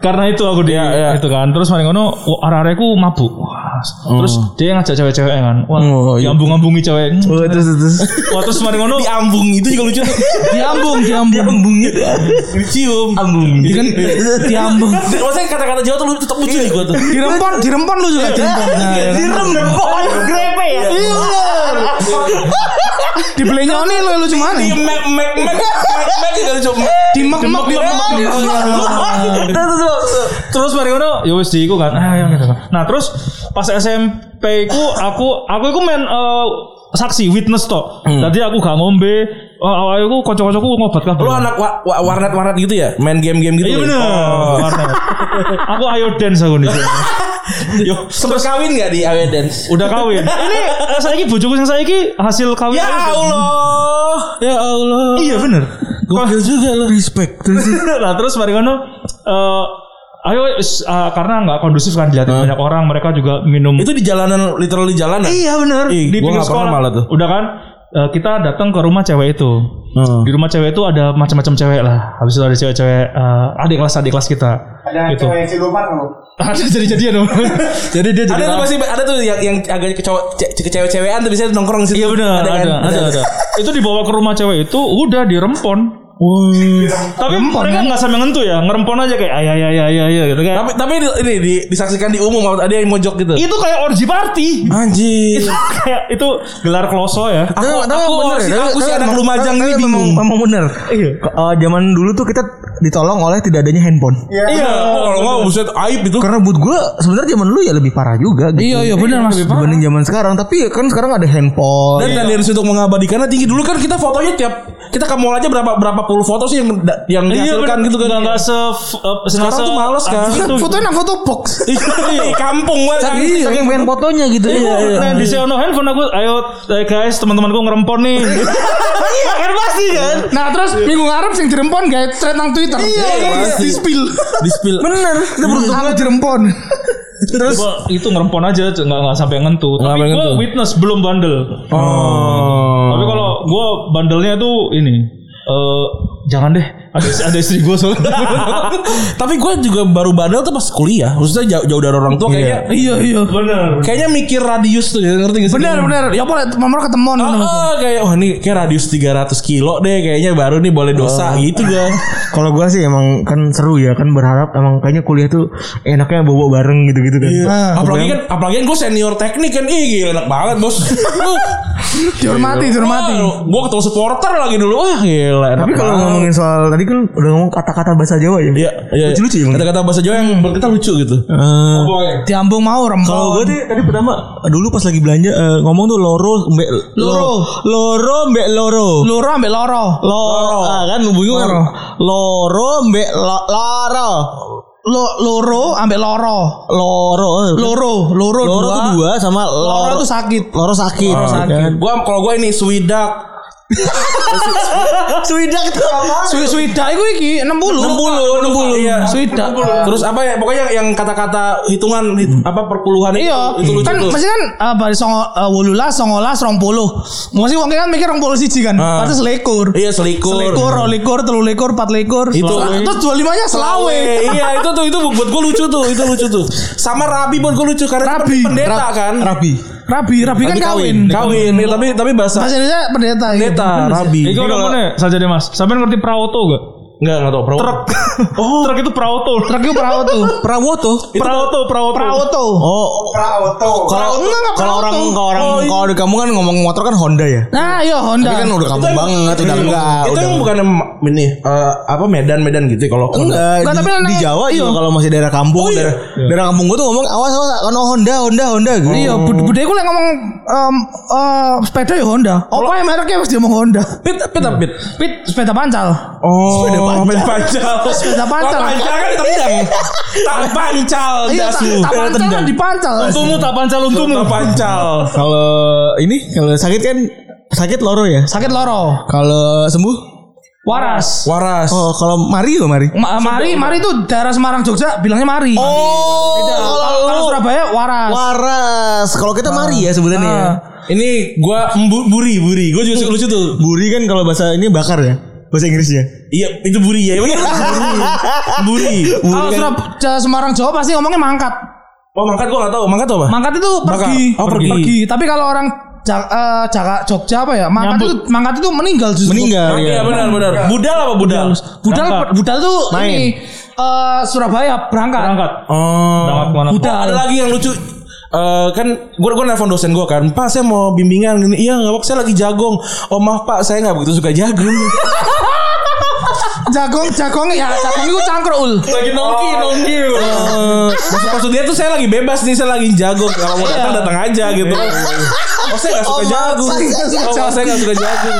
karena itu aku dia
Iya, iya.
itu kan. Terus mari ngono wah, arek-arekku mabuk. Wah, Terus
Oh.
dia ngajak cewek-cewek kan. Wah,
iya.
diambung-ambungi cewek.
terus terus.
<laughs> Wah, terus mari ngono
Diambung itu juga lucu tuh.
Diambung, diambung.
Dicium. Ambung.
Dikan diambung.
Maksudnya kata-kata Jawa tuh lu tetap lucu nih gua tuh.
Dirempon, dirempon lu juga dirempon. Nah, ya kan?
Dirempon grepe ya.
Iya. Dibelenyoni lu lu cuman.
Di mek mek mek mek mek gak lucu.
Di mek mek di mek mek.
terus mari ngono ya wis diiku kan. Ah, ya, gitu kan. Nah, terus pas SMP ku aku aku iku main eh, saksi witness toh.
Hmm.
Jadi aku gak ngombe, eh, awalnya aku kocok-kocokku ngobat kan.
Lu anak wa- wa- Iya,
Iya,
warnet-warnet gitu ya? Main game-game
<laughs>
gitu.
Iya bener.
Oh.
Warnet. aku ayo dance aku nih. Yo,
Sempet kawin gak di awet dance?
udah
<laughs>
kawin. Ini saya ini bojoku yang saya ini hasil kawin.
Ya Allah.
Ya Allah. Iya bener. Gokil juga lo. Respect. <laughs> nah terus mari ngono. eh, ayo wis, eh, karena nggak kondusif kan dilihat banyak orang mereka juga minum.
Itu di jalanan literal di jalanan.
Hmm. iya bener.
Ih,
di
gua
pinggir
nggak pernah
sekolah.
malah tuh.
Udah kan. eh, kita datang ke rumah cewek itu.
Hmm.
Di rumah cewek itu ada macam-macam cewek lah. Habis itu ada cewek-cewek eh, adik kelas adik kelas kita.
Ada
gitu.
cewek siluman loh.
Ada jadi-jadian dong. jadi dia
Ada
jadi
tuh pasti ada tuh yang yang agak kecow- ce- kecewe-cewean tuh biasanya nongkrong di situ.
Iya benar, ada,
kan?
ada, ada, ada. <laughs> itu dibawa ke rumah cewek itu udah dirempon. Tapi mereka nggak sampai ngentu ya, ngerempon aja kayak ayah ayah ayah ayah gitu kayak.
eh? Tapi tapi di- ini di- disaksikan di umum ada yang mojok gitu.
itu kayak orgy party.
Anjir.
itu <laughs> kayak itu gelar kloso ya.
Aku aku bener,
sih,
aku sih anak Lumajang ini
memang,
bingung.
memang bener.
Iya.
Eh, zaman dulu tuh kita ditolong oleh tidak adanya handphone.
Iya, kalau nggak buset aib itu.
Karena buat gue sebenarnya zaman dulu ya lebih parah juga. Gitu.
Iya, iya, bener, Mas.
Dibanding zaman sekarang, tapi ya kan sekarang ada handphone.
Iya.
Dan toleransi untuk mengabadikannya tinggi. Dulu kan kita fotonya tiap kita ke mall aja berapa berapa puluh foto sih yang yang dihasilkan gitu kan.
Iya, Nggak nggak se eh,
Sekarang tuh males kan.
Iya,
Fotonya nang foto box. Iya.
Iya, kampung banget. kan.
Saking, saking pengen fotonya gitu. Iya,
Nah, di sini ono handphone aku, ayo eh, guys, teman-temanku ngerempon nih.
<laughs> Iya, kan pasti kan.
Nah terus minggu ngarep sing dirempon gak thread nang Twitter.
Iya,
Di spill.
Di spill.
Bener. Itu perut-
Sama dirempon.
Terus
Coba itu ngerempon aja, nggak nggak sampai ngentu. Tapi
sampai
gue
ngentu.
witness belum bandel.
Oh.
Tapi kalau gue bandelnya tuh ini. eh jangan deh ada ada istri gue <laughs> soalnya
<laughs> tapi gue juga baru badal tuh pas kuliah. Maksudnya jauh, jauh dari orang tua kayaknya.
Iya iya.
bener
Kayaknya mikir radius tuh ya, ngerti gak sih?
Bener bener. Ya boleh nomor ketemuan.
Oh, oh, kayak wah ini kayak radius 300 kilo deh kayaknya baru nih boleh dosa
Oh.
gitu
<laughs>
kan.
Kalau gua sih emang kan seru ya kan berharap emang kayaknya kuliah tuh enaknya bobo bareng gitu-gitu kan.
Iya. apalagi kan apalagi kan gue senior teknik kan ih gila enak banget bos.
<laughs>
iya. Dihormati dihormati.
gue ketemu supporter lagi dulu wah gila enak.
Tapi kalau
banget.
ngomongin soal tadi kan udah ngomong kata-kata bahasa Jawa ya.
Iya, iya.
Lucu-lucu Ah. ya, Bang.
Kata-kata bahasa Jawa yang menurut kita lucu gitu.
Diambung mau rempon.
Kalau gue deh tadi pertama dulu pas lagi belanja eh, ngomong tuh loro mbek
Loro.
loro mbek loro.
loro ambek loro.
Loro. Ah, kan bingung kan.
Loro.
Loro mbek lo- lara. ah.
Lo, loro ambek loro.
Loro.
Loro, loro,
Loro
dua.
tuh dua sama
Loro
loro
tuh sakit.
loro sakit. kan.
Gue kalau gue ini swidak
Swidak tuh.
Swi swida iku iki 60.
60 60 iya.
Swida.
Terus apa ya pokoknya yang- yang kata-kata hitungan hit-
Hmm.
apa perpuluhan itu,
Iya,
itu lucu
kan
tuh.
mesti kan uh, bari songo uh, 18, 19, 20. Mesti wong kan mikir 20 siji kan. Pantes selikur.
Iya, selikur.
Selikur, oh, rolikur, telulikur, patlikur.
Itu.
Selawe. terus 25-nya selawe.
iya itu tuh itu buat gue lucu tuh itu lucu tuh sama Rabi buat gue lucu karena
Rabi.
dia pendeta kan
Rabi.
Rabi, rabi kan kawin.
kawin iya, tapi tapi bahasa
Bahasa Indonesia pendeta. iya.
pendeta
Bener sih.
Rabi
Itu namanya saja deh mas Sampai ngerti praoto gak?
nggak nggak tau perawan
Truk oh. Truk itu praoto
Truk itu perahu tuh.
Prawoto.
Praoto Praoto
Perahu tuh.
Oh,
Praoto.
kalau
enggak, enggak
kalau
perahu
orang
tuh.
kalau orang kalau di kamu kan ngomong motor kan Honda ya.
Nah, iya Honda.
Tapi kan udah kampung banget, udah enggak,
itu
udah
yang bukan ini eh, apa Medan Medan gitu ya, kalau
Enggak, Oh, iya.
Enggak,
di,
tapi
di
nang-
Jawa
iya.
juga kalau masih daerah kampung, daerah, daerah kampung gua tuh ngomong awas awas ono Honda, Honda, Honda gitu.
Iya, bud budaya gue ngomong em, eh, sepeda ya Honda. Apa yang mereknya mesti ngomong Honda?
pit pit apa, pit
Pit sepeda pancal.
oh sepeda pancal
Sepeda pancal.
Kalau pancal kan tendang tak pancal
Iya,
dasu
tak pancal kan dipancal.
Untumu tak pancal untumu
Tak pancal
Kalau ini kalau sakit kan sakit loro ya.
Sakit loro.
Kalau sembuh?
Waras.
waras
Oh, kalau mari juga mari.
Ma- eh, mari, mari itu daerah Semarang Jogja bilangnya mari.
Oh,
Beda. Kalau kalau Surabaya waras. Iya.
waras. Kalau kita mari ya sebutannya. ya.
ini gue Ah. buri buri gue juga suka lucu tuh
Buri kan kalau bahasa ini bakar ya. Bahasa Inggrisnya.
Iya, itu buri ya. Bener, buri. buri.
Kalau
kan
Surab- J- Semarang Jawa pasti ngomongnya mangkat.
Oh, mangkat gua enggak tahu. Mangkat tuh apa?
Mangkat itu
Mangkat.
pergi.
Oh, pergi.
Tapi kalau orang Ja- eh, Jaka- Jogja apa ya? Mangkat itu mangkat itu meninggal justru.
Meninggal
Iya,
ya.
benar benar. Budal apa budal?
Budal
Berangkat.
budal tuh ini eh, Surabaya berangkat.
Berangkat
Oh.
Berangkat kemana
Budal.
Ada lagi yang lucu. Eh kan gue gue nelfon dosen gue kan pak saya mau bimbingan gini iya nggak Pak, saya lagi jagong oh maaf pak saya nggak begitu suka jagung
Jagong, jagong ya, jagong itu cangkruk ul.
lagi nongki nongki Eh, maksud maksud dia tuh saya lagi bebas nih saya lagi jagong kalau mau datang datang aja gitu oh saya nggak suka jagung oh saya nggak suka jagung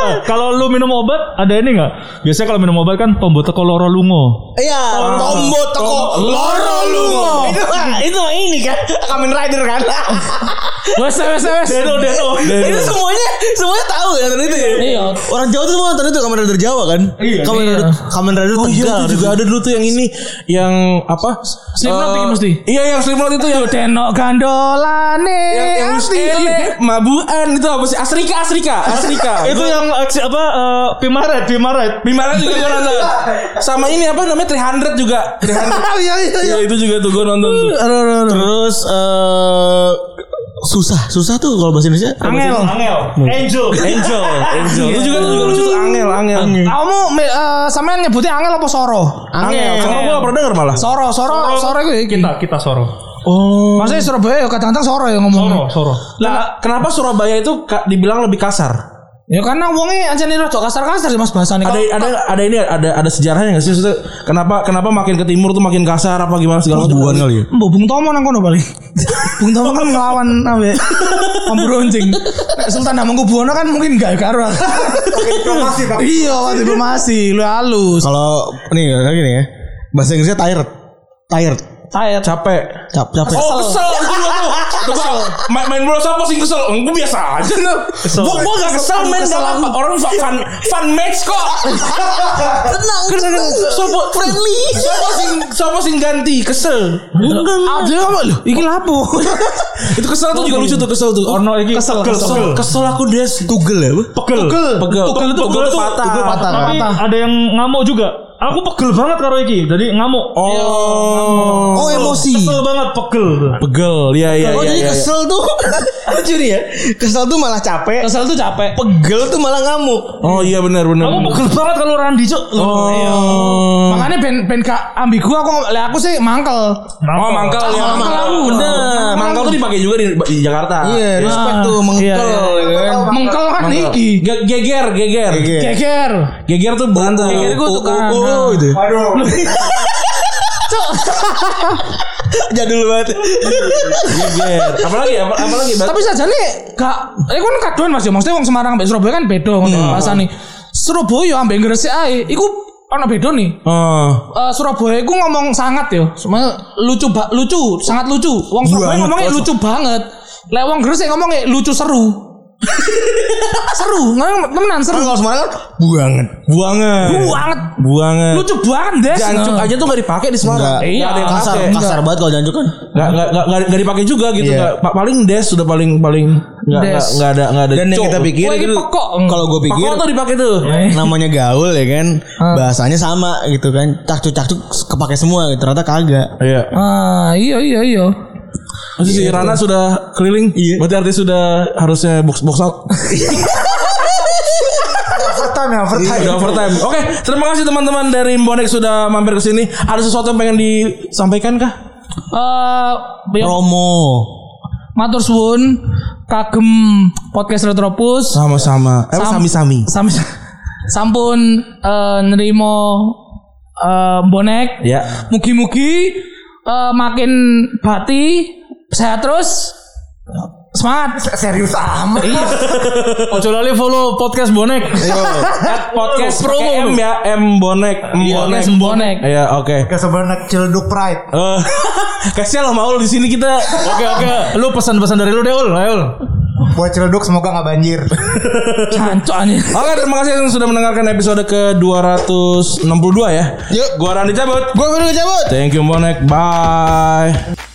Eh, kalau lu minum obat ada ini nggak? Biasanya kalau minum obat kan tombol teko loro lungo.
Iya, tombo teko loro lu. Itu mah- itu mah ini kan Kamen Rider kan.
Wes wes wes.
Iya,
itu semuanya semuanya tahu ya nonton itu ya.
Iya.
Orang Jawa tuh semua nonton itu Kamen Rider Jawa kan. Kamen Rider Kamen Rider
Iya. Oh iya
Tegal.
itu juga ada dulu tuh yang ini yang apa?
Slipknot
Eh,
ini mesti.
Iya yang Slipknot itu yang
Denok gandolane.
yang, yang
ati.
ele, mabuan itu apa sih? Asrika Asrika <laughs> Asrika.
Itu yang aksi- apa eh, Pimaret, Pimaret.
Bimara juga gue nonton. Sama ini apa namanya 300 juga. 300.
Iya iya iya.
Iya itu juga tuh gue nonton tuh.
Terus eh susah susah tuh kalau bahasa Indonesia.
Angel.
Angel, Angel.
<laughs> Angel, Angel. Itu juga tuh juga lucu tuh Angel, Angel.
Kamu me- eh, sampean nyebutnya angel apa soro?
Angel. Kalau gue pernah denger malah.
Soro, soro, soro itu ya,
Kita kita soro.
Oh.
Maksudnya Surabaya ya kadang-kadang soro ya ngomong.
Soro, soro.
Nah, kenapa Surabaya itu ka- dibilang lebih kasar?
Ya karena wonge anjane rada kasar-kasar sih Mas bahasane.
Ada ada ada ini ada ada sejarahnya nggak sih? Maksudnya, kenapa kenapa makin ke timur tuh makin kasar apa gimana segala macam? kali ya.
Mbok Bung Tomo nang kono
<laughs>
paling. Bung Tomo kan ngelawan awe pembroncing. Nek Sultan Hamengkubuwono kan mungkin gak karo.
Diplomasi, Pak. Oh.
Iya, kan diplomasi, lu halus.
Kalau nih kayak gini ya. Bahasa Inggrisnya tired. Tired.
Tayat.
Capek.
Cap capek.
Oh kesel itu juga tuh. Tuh, Pak, main main bola siapa sih yang kesel? Gue biasa aja. Gue gue gak kesel main
Kesel
gak apa. Orang fa- fun fun match kok. Oh,
Tenang, tenang.
Sopo
friendly.
Siapa sih siapa sih yang ganti kesel? Ah,
Aduh, apa lu? Iki lapo.
<laughs> Itu kesel tuh juga lucu tuh kesel tuh.
Ono iki
Kesel,
kesel, kesel aku des.
Tugel ya, Bu?
Pegel.
Pegel.
Pegel
Pegel
itu pegel
tuh
tuh
patah.
Pegel patah.
Tapi ada yang ngamuk juga. Aku pegel banget karo iki. Jadi ngamuk.
Oh.
Oh, emosi.
Kesel banget pegel.
Pegel. Iya iya
Oh,
iya.
jadi
iya.
kesel
<laughs>
tuh. Lucu nih ya. Kesel tuh malah capek.
Kesel tuh capek.
Pegel tuh malah ngamuk.
Oh iya benar benar.
Aku pegel banget kalau Randi, Cuk. Iya.
Oh.
Makanya ben ben gak ambigu aku ngom- lah aku sih mangkel.
Oh mangkal ya.
Mangkal aku.
Bener. Mangkal tuh dipakai juga di, di Jakarta.
Iya, respect tuh gitu mengkel.
Mengkel kan iki.
Ge- Geger, geger.
Geger.
Geger tuh Oh, bukan tuh.
Geger gua tuh kan.
gitu.
itu.
Waduh.
Jadul banget.
Geger. Apalagi apa- apalagi Bang?
Tapi saja nih gak ini kan kaduan Mas ya. Maksudnya wong Semarang ambek Surabaya kan beda ngono
Hmm.
bahasane. Surabaya ambek Gresik ae iku ana beda nih.
Oh.
Eh, Surabaya iku ngomong sangat ya. Semuanya lucu ba- lucu, sangat lucu. Wong Surabaya ngomongnya lucu banget. Lek wong Gresik ngomongnya lucu seru. seru, ngomong temenan seru.
Kalau Semarang kan buangan.
Buangan.
Banget.
Buangan.
Lucu banget, Des.
Jancuk aja tuh gak dipakai di Semarang. Nggak
Iya.
ada yang
Kasar,
pakai.
kasar banget kalau jancuk kan.
Gak, gak, gak, gak, gak dipakai juga gitu.
Iya.
Nggak- pa- paling des sudah paling paling gak,
Des.
gak, gak ada gak ada.
Dan yang
cok.
kita pikir
Wah, ini eh.
itu
pekok.
kalau gue pikir
Pakok tuh dipakai tuh.
Iya.
Iya.
namanya gaul ya kan
Ah.
bahasanya sama gitu kan cakcuk-cakcuk kepake semua gitu ternyata kagak
Iya.
Ah, iya iya iya.
Masih si Rana sudah keliling. Berarti artinya sudah harusnya box box out.
Overtime ya, overtime.
Iya, Udah overtime. Oke, terima kasih teman-teman dari Bonek sudah mampir ke sini. Ada sesuatu yang pengen disampaikan kah?
Eh, ya,
promo
matur suwun kagem podcast Retropus
Sama-sama. Eh,
Sam-
sami-sami.
sam <laughs> sampun eh, nerimo eh, bonek.
Ya.
Mugi-mugi eh, makin bati sehat terus. Semangat.
Serius amat.
Ojo lali follow podcast bonek.
Podcast promo
Promo
M ya, M Bonek, M Bonek.
Bonek bonek.
Iya, oke.
Gak sebenernya Cilduk Pride.
Eh, <laughs> kasihan lah mau di sini kita.
Oke oke. Lu pesan-pesan dari lu deh, Ul. Ayo. Ul.
Buat Cilduk semoga gak banjir.
Cancok anjing.
Oke, terima kasih yang sudah mendengarkan episode ke-262 ya.
Yuk.
Gua Randy cabut.
gue baru cabut
Thank you Bonek. Bye.